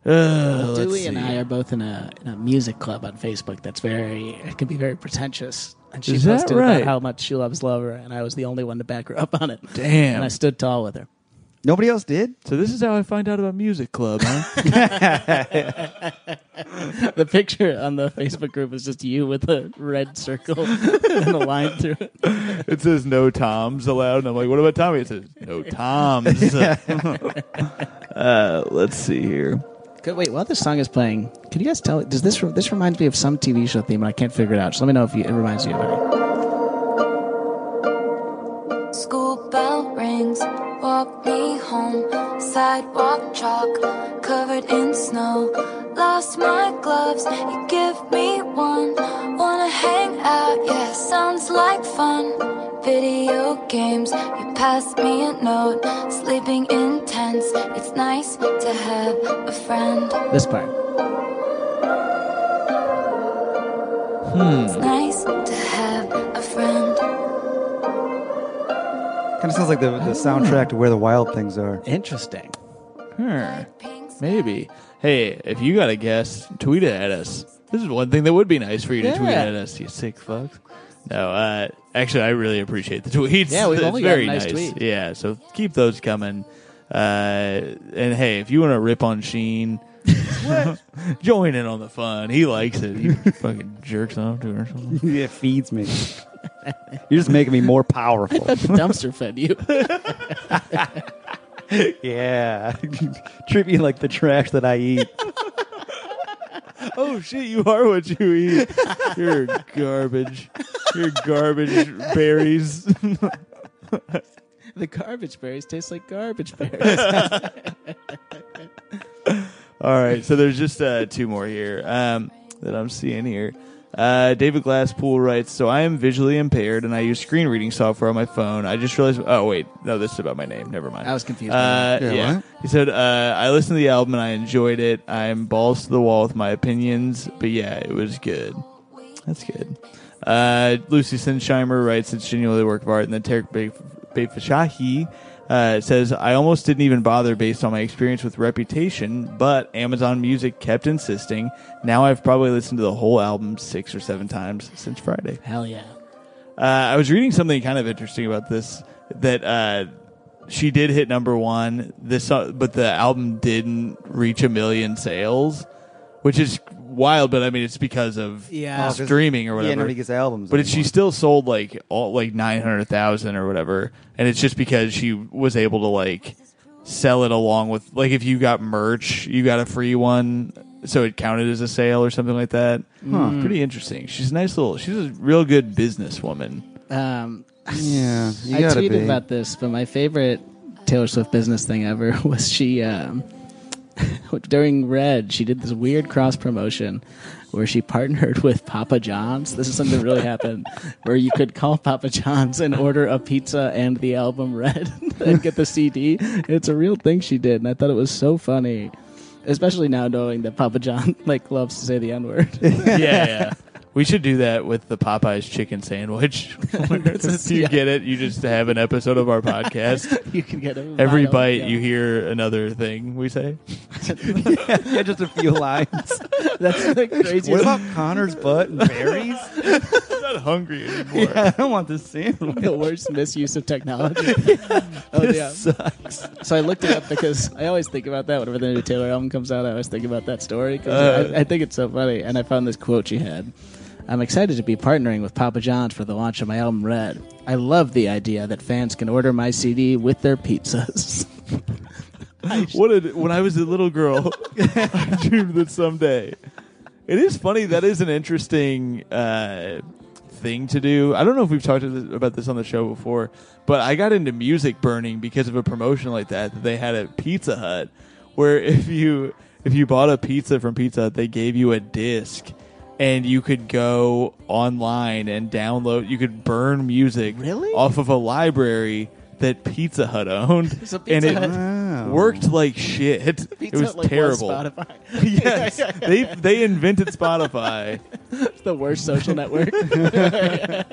B: Uh,
D: Dewey and I are both in a, in a music club on Facebook that's very, it can be very pretentious. And she
B: Is that
D: posted
B: right?
D: about how much she loves Lover, and I was the only one to back her up on it.
B: Damn.
D: And I stood tall with her.
C: Nobody else did?
B: so this is how I find out about music club, huh?
D: The picture on the Facebook group is just you with a red circle and a line through it.
B: it says no toms allowed, and I'm like, what about Tommy? It says no toms. uh, let's see here.
D: Good, wait, while this song is playing, can you guys tell? Does this this reminds me of some TV show theme, and I can't figure it out. So let me know if you, it reminds you of it.
F: School bell rings, walk me home. Sidewalk chalk, covered in snow. Lost my gloves, you give me one. Wanna hang out, yeah, sounds like fun. Video games, you pass me a note. Sleeping in tents, it's nice to have a friend.
D: This part.
F: It's nice to have a friend.
C: Kind of sounds like the, the soundtrack to Where the Wild Things Are.
D: Interesting.
B: Huh.
F: Pink
B: Maybe. Hey, if you got a guess, tweet it at us. This is one thing that would be nice for you to tweet
D: Yeah.
B: at us, you sick fucks. No, uh, actually, I really appreciate the tweets.
D: Yeah, we've
B: It's
D: only
B: very
D: gotten nice
B: nice.
D: tweets.
B: Yeah, so keep those coming. Uh, and hey, if you want to rip on Sheen, join in on the fun. He likes it. He fucking jerks off to her or something.
C: it feeds me. You're just making me more powerful.
D: Dumpster fed you.
C: yeah. Treat me like the trash that I eat.
B: Oh shit, you are what you eat. You're garbage. You're garbage berries.
D: The garbage berries taste like garbage berries.
B: All right, so there's just uh, two more here um, that I'm seeing here. Uh, David Glasspool writes, "So I am visually impaired, and I use screen reading software on my phone. I just realized. Oh wait, no, this is about my name. Never mind.
D: I was confused by
B: Uh, yeah,
C: Yeah, what?
B: he said, uh, "I listened to the album and I enjoyed it. I'm balls to the wall with my opinions, but yeah, it was good. That's good." Uh, Lucy Sinsheimer writes, "It's genuinely a work of art," and then Tarek Bef- Befashahi. Uh, says I almost didn't even bother based on my experience with Reputation, but Amazon Music kept insisting. Now I've probably listened to the whole album six or seven times since Friday.
D: Hell yeah.
B: Uh, I was reading something kind of interesting about this that uh, she did hit number one. This, song, but the album didn't reach a million sales, which is wild. But I mean, it's because of
D: Yeah. Oh, 'cause-
B: streaming or
C: Yeah,
B: whatever.
C: nobody gets albums.
B: but it, she
C: anymore.
B: still sold like all like nine hundred thousand or whatever, and it's just because she was able to like sell it along with like if you got merch, you got a free one, so it counted as a sale or something like that. Pretty interesting. She's a nice little. She's a real good businesswoman.
D: Um,
C: Yeah. You
D: I
C: gotta
D: tweeted
C: be.
D: about this, but my favorite Taylor Swift business thing ever was she um, during Red she did this weird cross promotion where she partnered with Papa John's. This is something that really happened where you could call Papa John's and order a pizza and the album Red and get the CD. It's a real thing she did, and I thought it was so funny. Especially now knowing that Papa John like loves to say the N word.
B: yeah, yeah. We should do that with the Popeyes chicken sandwich. if you
D: yeah.
B: get it, you just have an episode of our podcast.
D: you can get a
B: Every
D: vinyl,
B: bite,
D: yeah.
B: you hear another thing we say.
C: yeah, just a few lines.
D: That's the craziest.
C: what about Connor's butt and berries?
B: I'm not hungry anymore.
C: I don't want this sandwich.
D: the worst misuse of technology. oh, yeah.
C: sucks.
D: So I looked it up because I always think about that whenever the new Taylor album comes out. I always think about that story 'cause
B: Uh.
D: I, I think it's so funny. And I found this quote she had. I'm excited to be partnering with Papa John's for the launch of my album Red. I love the idea that fans can order my CD with their pizzas.
B: What a, when I was a little girl, I dreamed that someday. It is funny. That is an interesting uh, thing to do. I don't know if we've talked to th- about this on the show before, but I got into music burning because of a promotion like that that they had at Pizza Hut, where if you if you bought a pizza from Pizza Hut, they gave you a disc. And you could go online and download. You could burn music
D: Really?
B: off of a library that Pizza Hut owned,
D: So Pizza
B: and it
D: Hut-
C: Wow.
B: worked like shit.
D: Oh. Pizza
B: it was
D: Hut, like,
B: terrible.
D: Spotify.
B: yes, they they invented Spotify.
D: It's the worst social network.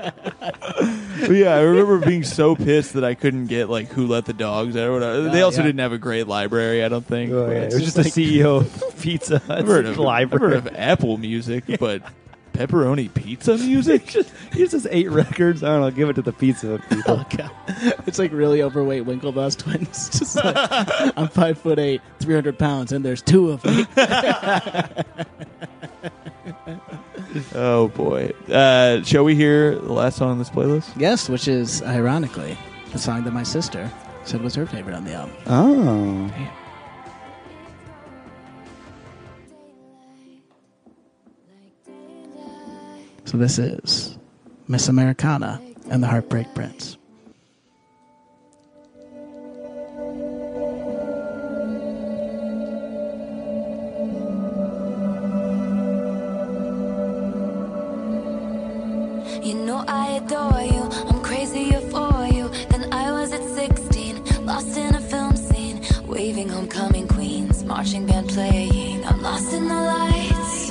B: But yeah, I remember being so pissed that I couldn't get like who let the dogs out or whatever. They
D: Oh,
B: also
D: yeah.
B: didn't have a great library, I don't think.
C: Oh, yeah. It
B: But-
C: was just the
D: E
C: CEO of Pizza Hut
B: I've heard of, I've heard
C: library.
B: of Apple Music, but pepperoni pizza music.
C: Here's just eight records. I don't know. Give it to the pizza Hut people.
D: Oh, God. It's like really overweight Winklevoss twins. Just like, I'm five foot eight, three hundred pounds, and there's two of me.
B: oh boy! Uh, shall we hear the last song on this playlist?
D: Yes, which is ironically the song that my sister said was her favorite on the album.
C: Oh.
D: So this is Miss Americana and the Heartbreak Prince.
F: You know I adore you, I'm crazier for you than I was at 16. Lost in a film scene, waving homecoming queens, marching band playing. I'm lost in the lights.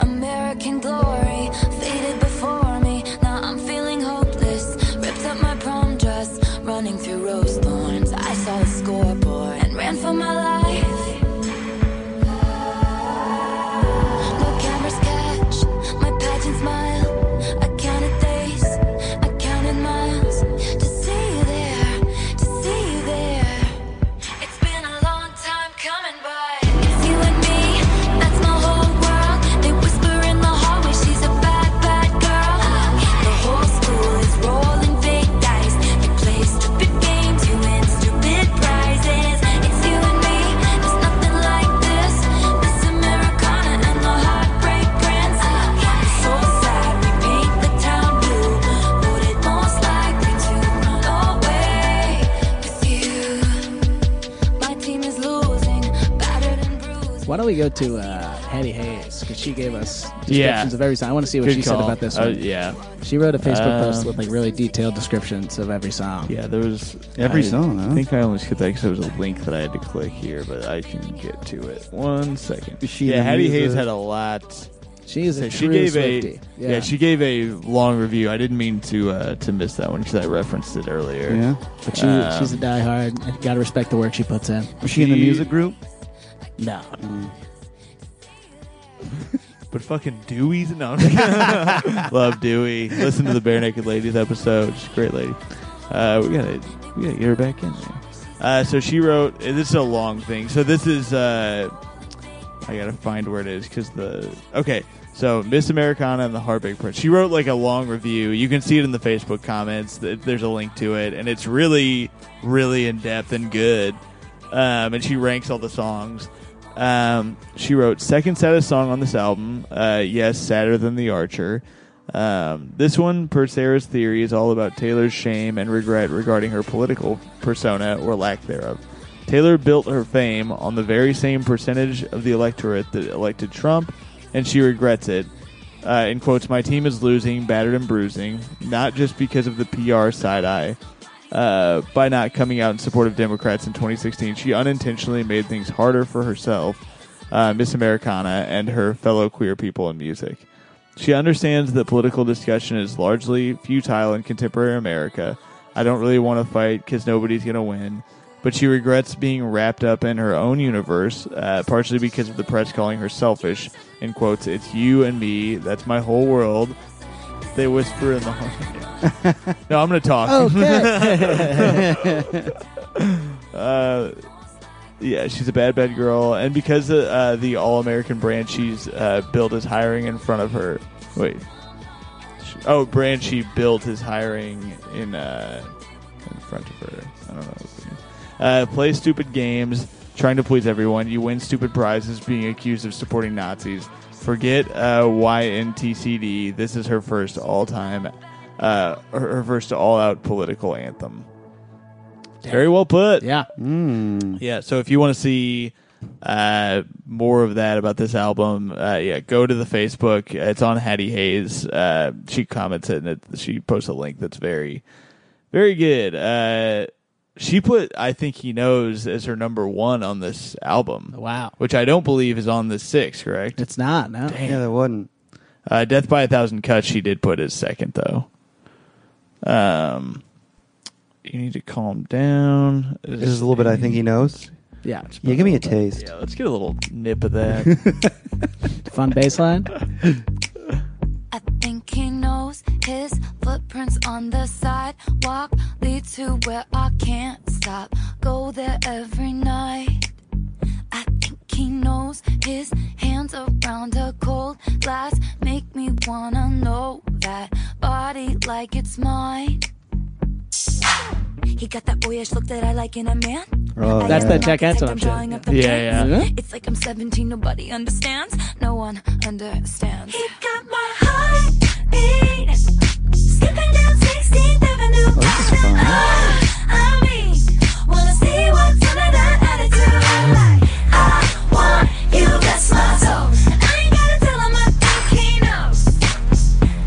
F: American glory faded before me. Now I'm feeling hopeless. Ripped up my prom dress, running through rose thorns. I saw the scoreboard and ran for my life. No cameras catch my pageant smile. I
D: don't we go to uh, Hattie Hayes because she gave us descriptions
B: Yeah.
D: of every song. I want to see what
B: Good
D: she
B: call.
D: said about this
B: Uh,
D: one.
B: yeah,
D: She wrote a Facebook post
B: Um,
D: with like really detailed descriptions of every song.
B: yeah. There was
C: Every
B: I
C: song, huh?
B: think I only skipped that because there was a link that I had to click here, but I can get to it. One second.
C: Is she
B: yeah,
C: the
B: Hattie
C: muser?
B: Hayes had a lot.
D: She is
B: So
D: a
B: she
D: true
B: gave
D: Swiftie.
B: a yeah. she gave a long review. I didn't mean to uh, to miss that one because I referenced it earlier.
C: Yeah.
D: but she,
B: um,
D: she's a diehard. Got to respect the work she puts in.
C: Was she in the
B: She-
C: music group?
D: No,
B: But fucking Dewey's no. I'm kidding. Love Dewey. Listen to the Bare Naked Ladies episode. She's a great lady. Uh, we gotta we gotta get her back in there. Uh, so she wrote. and This is a long thing. So this is. Uh, I gotta find where it is because the okay. So Miss Americana and the Heartbreak Prince. She wrote like a long review. You can see it in the Facebook comments. Th- There's a link to it, and it's really, really in depth and good. Um, and she ranks all the songs. Um, she wrote second saddest song on this album. Uh, yes, sadder than the Archer. Um, this one, per Sarah's theory, is all about Taylor's shame and regret regarding her political persona or lack thereof. Taylor built her fame on the very same percentage of the electorate that elected Trump, and she regrets it. Uh, in quotes, my team is losing, battered and bruising, not just because of the PR side eye. Uh, by not coming out in support of Democrats in 2016, she unintentionally made things harder for herself, uh, Miss Americana, and her fellow queer people in music. She understands that political discussion is largely futile in contemporary America. I don't really want to fight because nobody's going to win. But she regrets being wrapped up in her own universe, uh, partially because of the press calling her selfish. In quotes, it's you and me. That's my whole world. They whisper in the. no, I'm going to talk.
D: Oh,
B: uh, yeah, she's a bad, bad girl. And because uh, uh, the All American brand she's uh, built is hiring in front of her. Wait. She- Oh, brand she built is hiring in uh, in front of her. I don't know. What it means. Uh, play stupid games, trying to please everyone. You win stupid prizes, being accused of supporting Nazis. Forget uh, YNTCD. This is her first all-time, uh, her her first all-out political anthem. Very well put.
D: yeah,
B: Yeah, so if you want to see uh, more of that about this album, uh, yeah, go to the Facebook. It's on Hattie Hayes. Uh, she comments it and it, she posts a link that's very, very good. Uh, she put "I Think He Knows" as her number one on this album.
D: Oh, Wow.
B: which I don't believe is on the six. Correct?
D: it's not. No,
C: Yeah, there wasn't.
B: Uh, "Death by a Thousand Cuts" she did put as second though. Um, you need to calm down.
C: This is a little bit. I think he knows.
D: yeah,
C: Yeah, give me a taste.
B: Yeah, let's get a little nip of that.
D: fun bass line.
G: I think he knows his footprints on the sidewalk lead to where I can't stop. Go there every night. I think he knows his hands around a cold glass make me wanna know that body like it's mine. He got that boyish look that I like in a man.
C: Oh,
G: I
D: That's
G: am
D: that
G: an
D: Jack
G: architect,
D: Antonoff
G: I'm
D: shit.
G: drawing up the
B: Yeah,
G: plans.
B: yeah.
D: Mhm.
G: It's like I'm 17, nobody understands. No one understands. He got my heart beating, skipping down 16th Avenue. Oh,
C: this is fun.
G: I mean, wanna see what's under that attitude. Like, I want you, that's my soul. I ain't gotta tell him, I think he knows.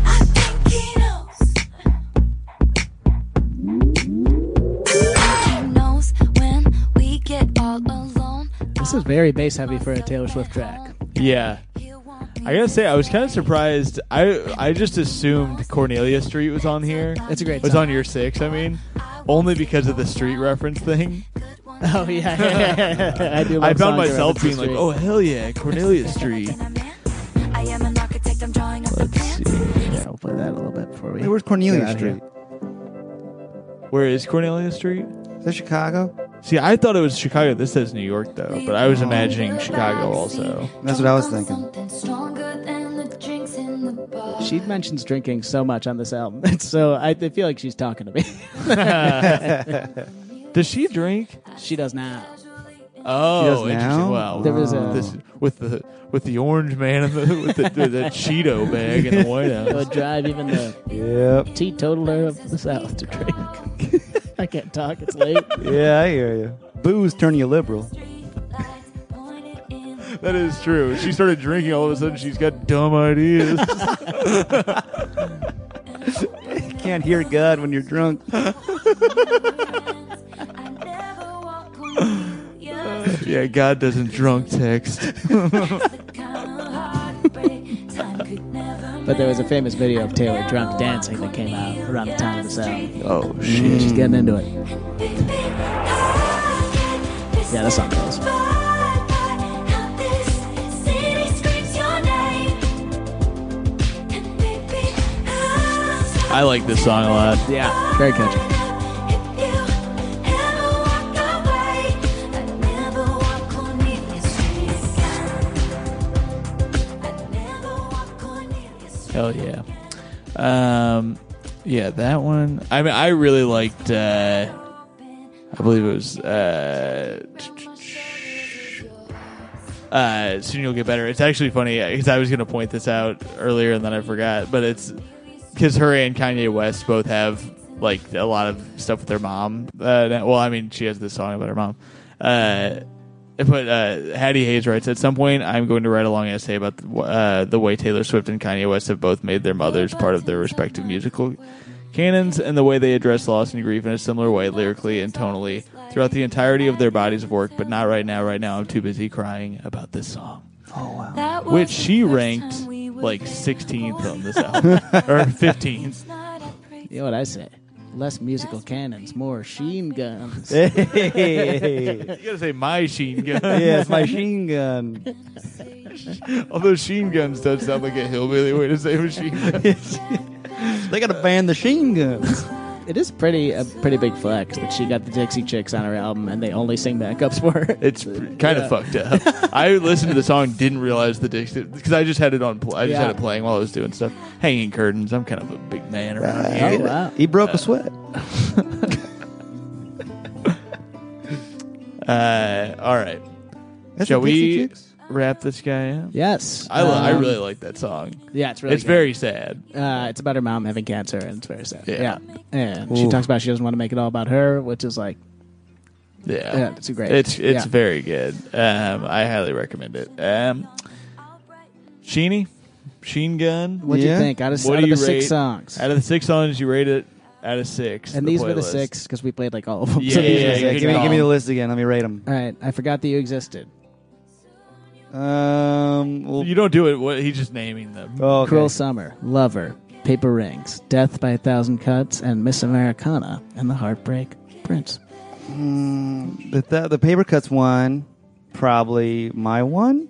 G: I think he knows. He knows when we get all alone.
D: This is very bass heavy for a Taylor Swift track.
B: yeah. I gotta say, I was kind of surprised. I I just assumed Cornelia Street was on here.
D: It's a great
B: Was
D: song.
B: on your six, I mean, only because of the street reference thing.
D: Oh yeah, I do. Love
B: I found
D: songs
B: myself
D: around
B: being
D: the
B: like,
D: street.
B: "Oh hell yeah, Cornelia Street."
G: I am an architect, I'm drawing up the
B: Let's
G: plans.
B: see,
D: yeah, we'll play that a little bit before we.
C: Hey, where's Cornelia
D: Get outta
C: Street?
B: where is Cornelia Street?
C: Is that Chicago?
B: See, I thought it was Chicago. This says New York though, but I was imagining Chicago also.
C: That's what I was thinking.
D: She mentions drinking so much on this album, so I, I feel like she's talking to me.
B: Does she drink?
D: she does now.
B: Oh,
C: She does
B: interesting.
C: now?
B: Wow.
D: There was a-
B: this, with the with the orange man and the with the, the, Cheeto bag in the White
D: It
B: House.
D: would drive even the
C: Yep.
D: teetotaler of the South to drink. I can't talk. It's late.
C: Yeah, I hear you. Booze turn you liberal.
B: That is true. She started drinking. All of a sudden, she's got dumb ideas.
C: Can't hear God when you're drunk.
F: I never walk on you. You're
B: yeah, God doesn't drunk text.
F: the kind of heartbreak time could never
D: But there was a famous video of Taylor drunk dancing that came out around the time of this album.
B: Oh
D: Yeah,
B: shit!
D: She's getting into it.
F: Yeah,
D: that song goes.
B: I like this song a lot.
D: Yeah, very catchy.
B: Hell yeah. Um, yeah, that one. I mean, I really liked. Uh, I believe it was. Uh, uh, Soon you'll get better. It's actually funny because I was going to point this out earlier and then I forgot. But it's because her and Kanye West both have like a lot of stuff with their mom. Uh, now- well, I mean, she has this song about her mom. Uh, but uh, Hattie Hayes writes, at some point, I'm going to write a long essay about the, uh, the way Taylor Swift and Kanye West have both made their mothers part of their respective musical canons and the way they address loss and grief in a similar way, lyrically and tonally, throughout the entirety of their bodies of work, but not right now. Right now, I'm too busy crying about this song, which she ranked like 16th on this album, or 15th.
D: You know what I say? Less musical cannons, more machine guns.
C: Hey.
B: You gotta say my Sheen Gun.
C: Yeah, it's machine gun.
B: Although Sheen Guns does sound like a hillbilly way to say machine gun.
C: They gotta ban the machine guns.
D: It is pretty a pretty big flex that she got the Dixie Chicks on her album and they only sing backups for her.
B: It's kind of fucked up. I listened to the song, didn't realize the Dixie because I just had it on. Pl- I just
D: Yeah.
B: had it playing while I was doing stuff, hanging curtains. I'm kind of a big man around
D: Oh
B: here.
D: wow.
C: He broke a sweat.
B: Uh, all right,
C: That's
B: shall
C: the Dixie
B: we
C: Chicks.
B: wrap this guy up?
D: Yes.
B: I, lo- I
D: Um,
B: really like that song.
D: Yeah, it's really
B: it's
D: good.
B: very sad.
D: uh, it's about her mom having cancer and it's very sad.
B: Yeah.
D: Yeah. And she
C: Ooh.
D: talks about she doesn't want to make it all about her, which is like
B: Yeah,
D: Yeah, it's great.
B: It's it's
D: Yeah.
B: very good. Um, I highly recommend it. Um, Sheeny, Sheen Gun.
D: what do
C: Yeah.
D: you think? Out of,
B: What do
D: out of the
B: you
D: six
B: rate-
D: songs.
B: Out of the six songs, you rate it out of six.
D: and
B: the
D: these were the
B: playlist.
D: six because we played like all of them.
B: Yeah,
D: So
B: yeah,
D: these were
B: yeah,
D: the
C: Yeah,
D: six.
C: give, me,
B: call.
C: give me the list again. Let me rate them.
D: All right. I forgot that you existed.
C: Um, well,
B: You don't do it. What he's just naming them.
C: oh, okay.
D: Cruel Summer, Lover, Paper Rings, Death by a Thousand Cuts, and Miss Americana and the Heartbreak Prince.
C: The, th- the paper cuts one, probably my one.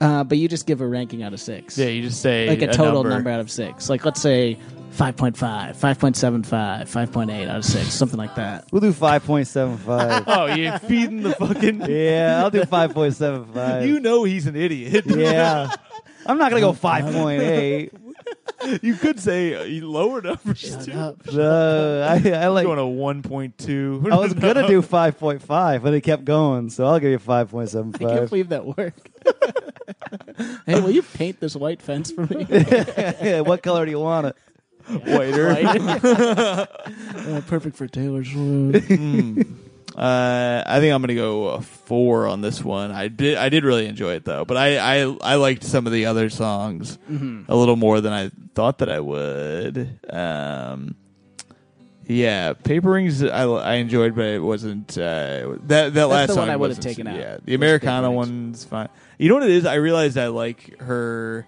D: Uh, but you just give a ranking out of six.
B: Yeah, you just say
D: like a, total number.
B: number
D: out of six. Like let's say 5.5, 5.75, 5.8 out of six, something like that.
C: We'll do five point seven five.
B: Oh, you're feeding the fucking.
C: yeah, I'll do five point seven five.
B: You know he's an idiot.
C: yeah, I'm not gonna go five point eight.
B: you could say uh, you lower numbers too.
C: Uh, I, I like.
B: Going to one point two.
C: I was gonna do five point five, but it kept going, so I'll give you five point seven
D: I can't
C: five.
D: believe that worked. hey, will you paint this white fence for me?
C: Yeah, what color do you want it?
B: waiter.
D: Uh, perfect for Taylor Swift.
B: Hmm. Uh, I think I'm gonna go uh, four on this one. I did I did really enjoy it though, but I I, I liked some of the other songs
D: Mm-hmm.
B: a little more than I thought that I would. Um, yeah, Paper Rings I, I enjoyed, but it wasn't uh, that that last
D: the
B: song
D: one I would've
B: wasn't-
D: taken out,
B: Yeah,
D: was
B: the
D: Paper
B: Americana
D: Rings.
B: one's fine. You know what it is? I realized I like her.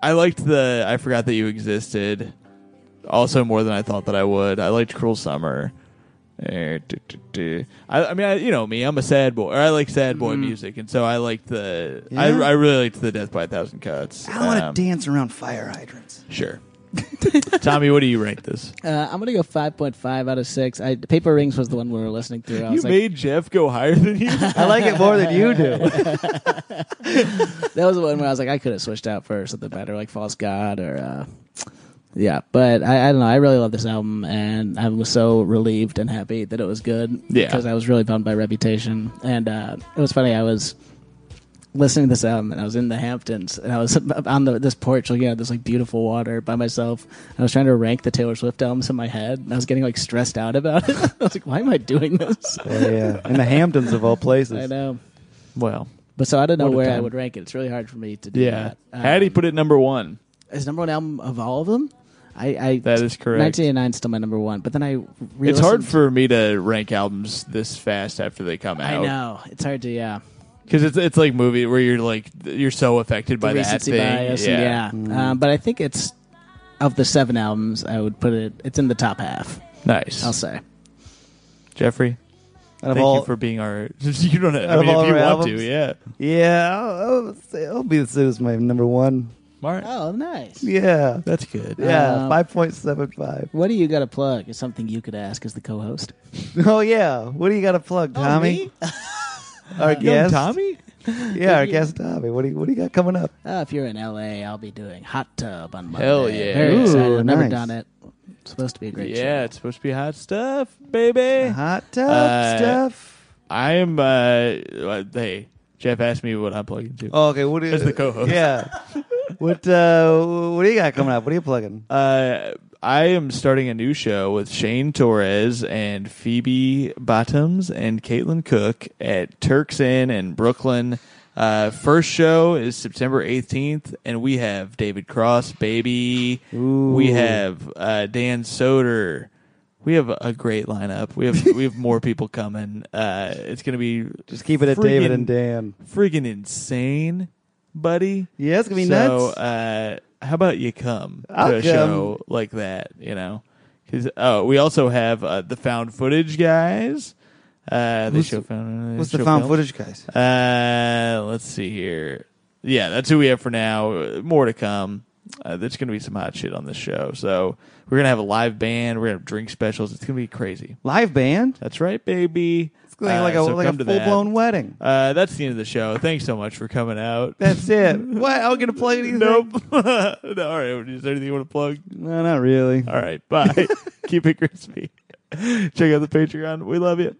B: I liked the I forgot that you existed. Also, more than I thought that I would. I liked Cruel Summer. Eh, duh, duh, duh. I, I mean, I, you know me. I'm a sad boy. Or I like sad
D: Mm-hmm.
B: boy music, and so I liked the. I,
C: Yeah?
B: I really liked the Death by a Thousand Cuts.
C: I want to
B: Um,
C: dance around fire hydrants.
B: Sure. Tommy, what do you rate this?
D: Uh, I'm gonna go 5.5 out of six. I, Paper Rings was the one we were listening through. I
B: You
D: was like,
B: made Jeff go higher than you.
C: I like it more than you do.
D: that was the one where I was like, I could have switched out for something better, like False God or. Uh, yeah, but I, I don't know. I really love this album, and I was so relieved and happy that it was good.
B: Yeah.
D: because I was really bummed by Reputation, and uh, it was funny. I was listening to this album, and I was in the Hamptons, and I was on the, this porch looking at this like beautiful water by myself. I was trying to rank the Taylor Swift albums in my head, and I was getting like stressed out about it. I was like, why am I doing this?
C: yeah, in the Hamptons of all places.
D: I know.
B: well,
D: But so I don't know
B: What a
D: where I
B: time.
D: would rank it. It's really hard for me to do
B: Yeah.
D: that.
B: How do you
D: Um,
B: put it number one?
D: is number one album of all of them? I, I
B: That is correct.
D: 1989 is still my number one, but then I re-
B: It's hard for me to rank albums this fast after they come
D: I
B: out.
D: know it's hard to yeah
B: Because it's it's like movie where you're like you're so affected by that
D: recency
B: thing.
D: bias and yeah, Um, but I think it's of the seven albums I would put it it's in the top half
B: Nice.
D: I'll say
B: Jeffrey,
C: Out of
B: thank
C: all,
B: you for being our. You don't. I
C: of
B: mean,
C: all
B: if you
C: our
B: want
C: albums?
B: to, yeah.
C: yeah, I'll, I'll, say, I'll be this is my number one.
B: Mark,
D: oh nice
C: Yeah,
B: that's good.
C: yeah,
D: Um,
C: five point seven five.
D: what do you got to plug is something you could ask as the co-host
C: Oh yeah, what do you got to plug,
D: Oh,
C: Tommy? our
B: You know
C: guest,
B: Tommy.
C: Yeah, our guest, Tommy. What do you What do you got coming up?
D: Uh, if you're in LA I'll be doing hot tub on Monday
B: Hell yeah.
D: very
B: Ooh,
D: excited I've never
C: nice.
D: done it it's supposed to be a great
B: Yeah,
D: show.
B: it's supposed to be hot stuff, baby.
C: Hot tub
B: Uh,
C: stuff.
B: I am. Uh, uh, hey, Jeff asked me what I'm plugging to.
C: Oh, okay, what do you,
B: As the co-host.
C: Yeah. what uh, What do you got coming up? What are you plugging?
B: Uh, I am starting a new show with Shane Torres and Phoebe Bottoms and Caitlin Cook at Turks Inn in Brooklyn. Uh, first show is September 18th, and we have David Cross, baby. We have uh, Dan Soder. We have a great lineup. We have we have more people coming. Uh, it's gonna be
C: Just keep it at David
B: friggin-
C: and Dan.
B: Friggin' insane, buddy.
C: Yeah, it's gonna be
B: so,
C: nuts.
B: uh, how about you come
C: I'll
B: to a show like that? You know, because oh, we also have uh, the found footage guys. Uh, they
C: Who's-
B: show found. they
C: What's the
B: show
C: found
B: films.
C: footage, guys?
B: Uh, let's see here. Yeah, that's who we have for now. Uh, More to come. Uh, there's going to be some hot shit on this show. So we're going to have a live band. We're going to have drink specials. It's going to be crazy.
C: Live band.
B: That's right, baby.
C: It's going
B: Uh,
C: like a
B: so
C: like
B: come
C: a
B: to
C: full
B: that.
C: blown wedding.
B: Uh, that's the end of the show. Thanks so much for coming out.
C: That's it. what? I'm gonna play anything.
B: Nope. No, All right. Is there anything you want to plug?
C: No, not really.
B: All right. Bye. Keep it crispy. Check out the Patreon. We love you.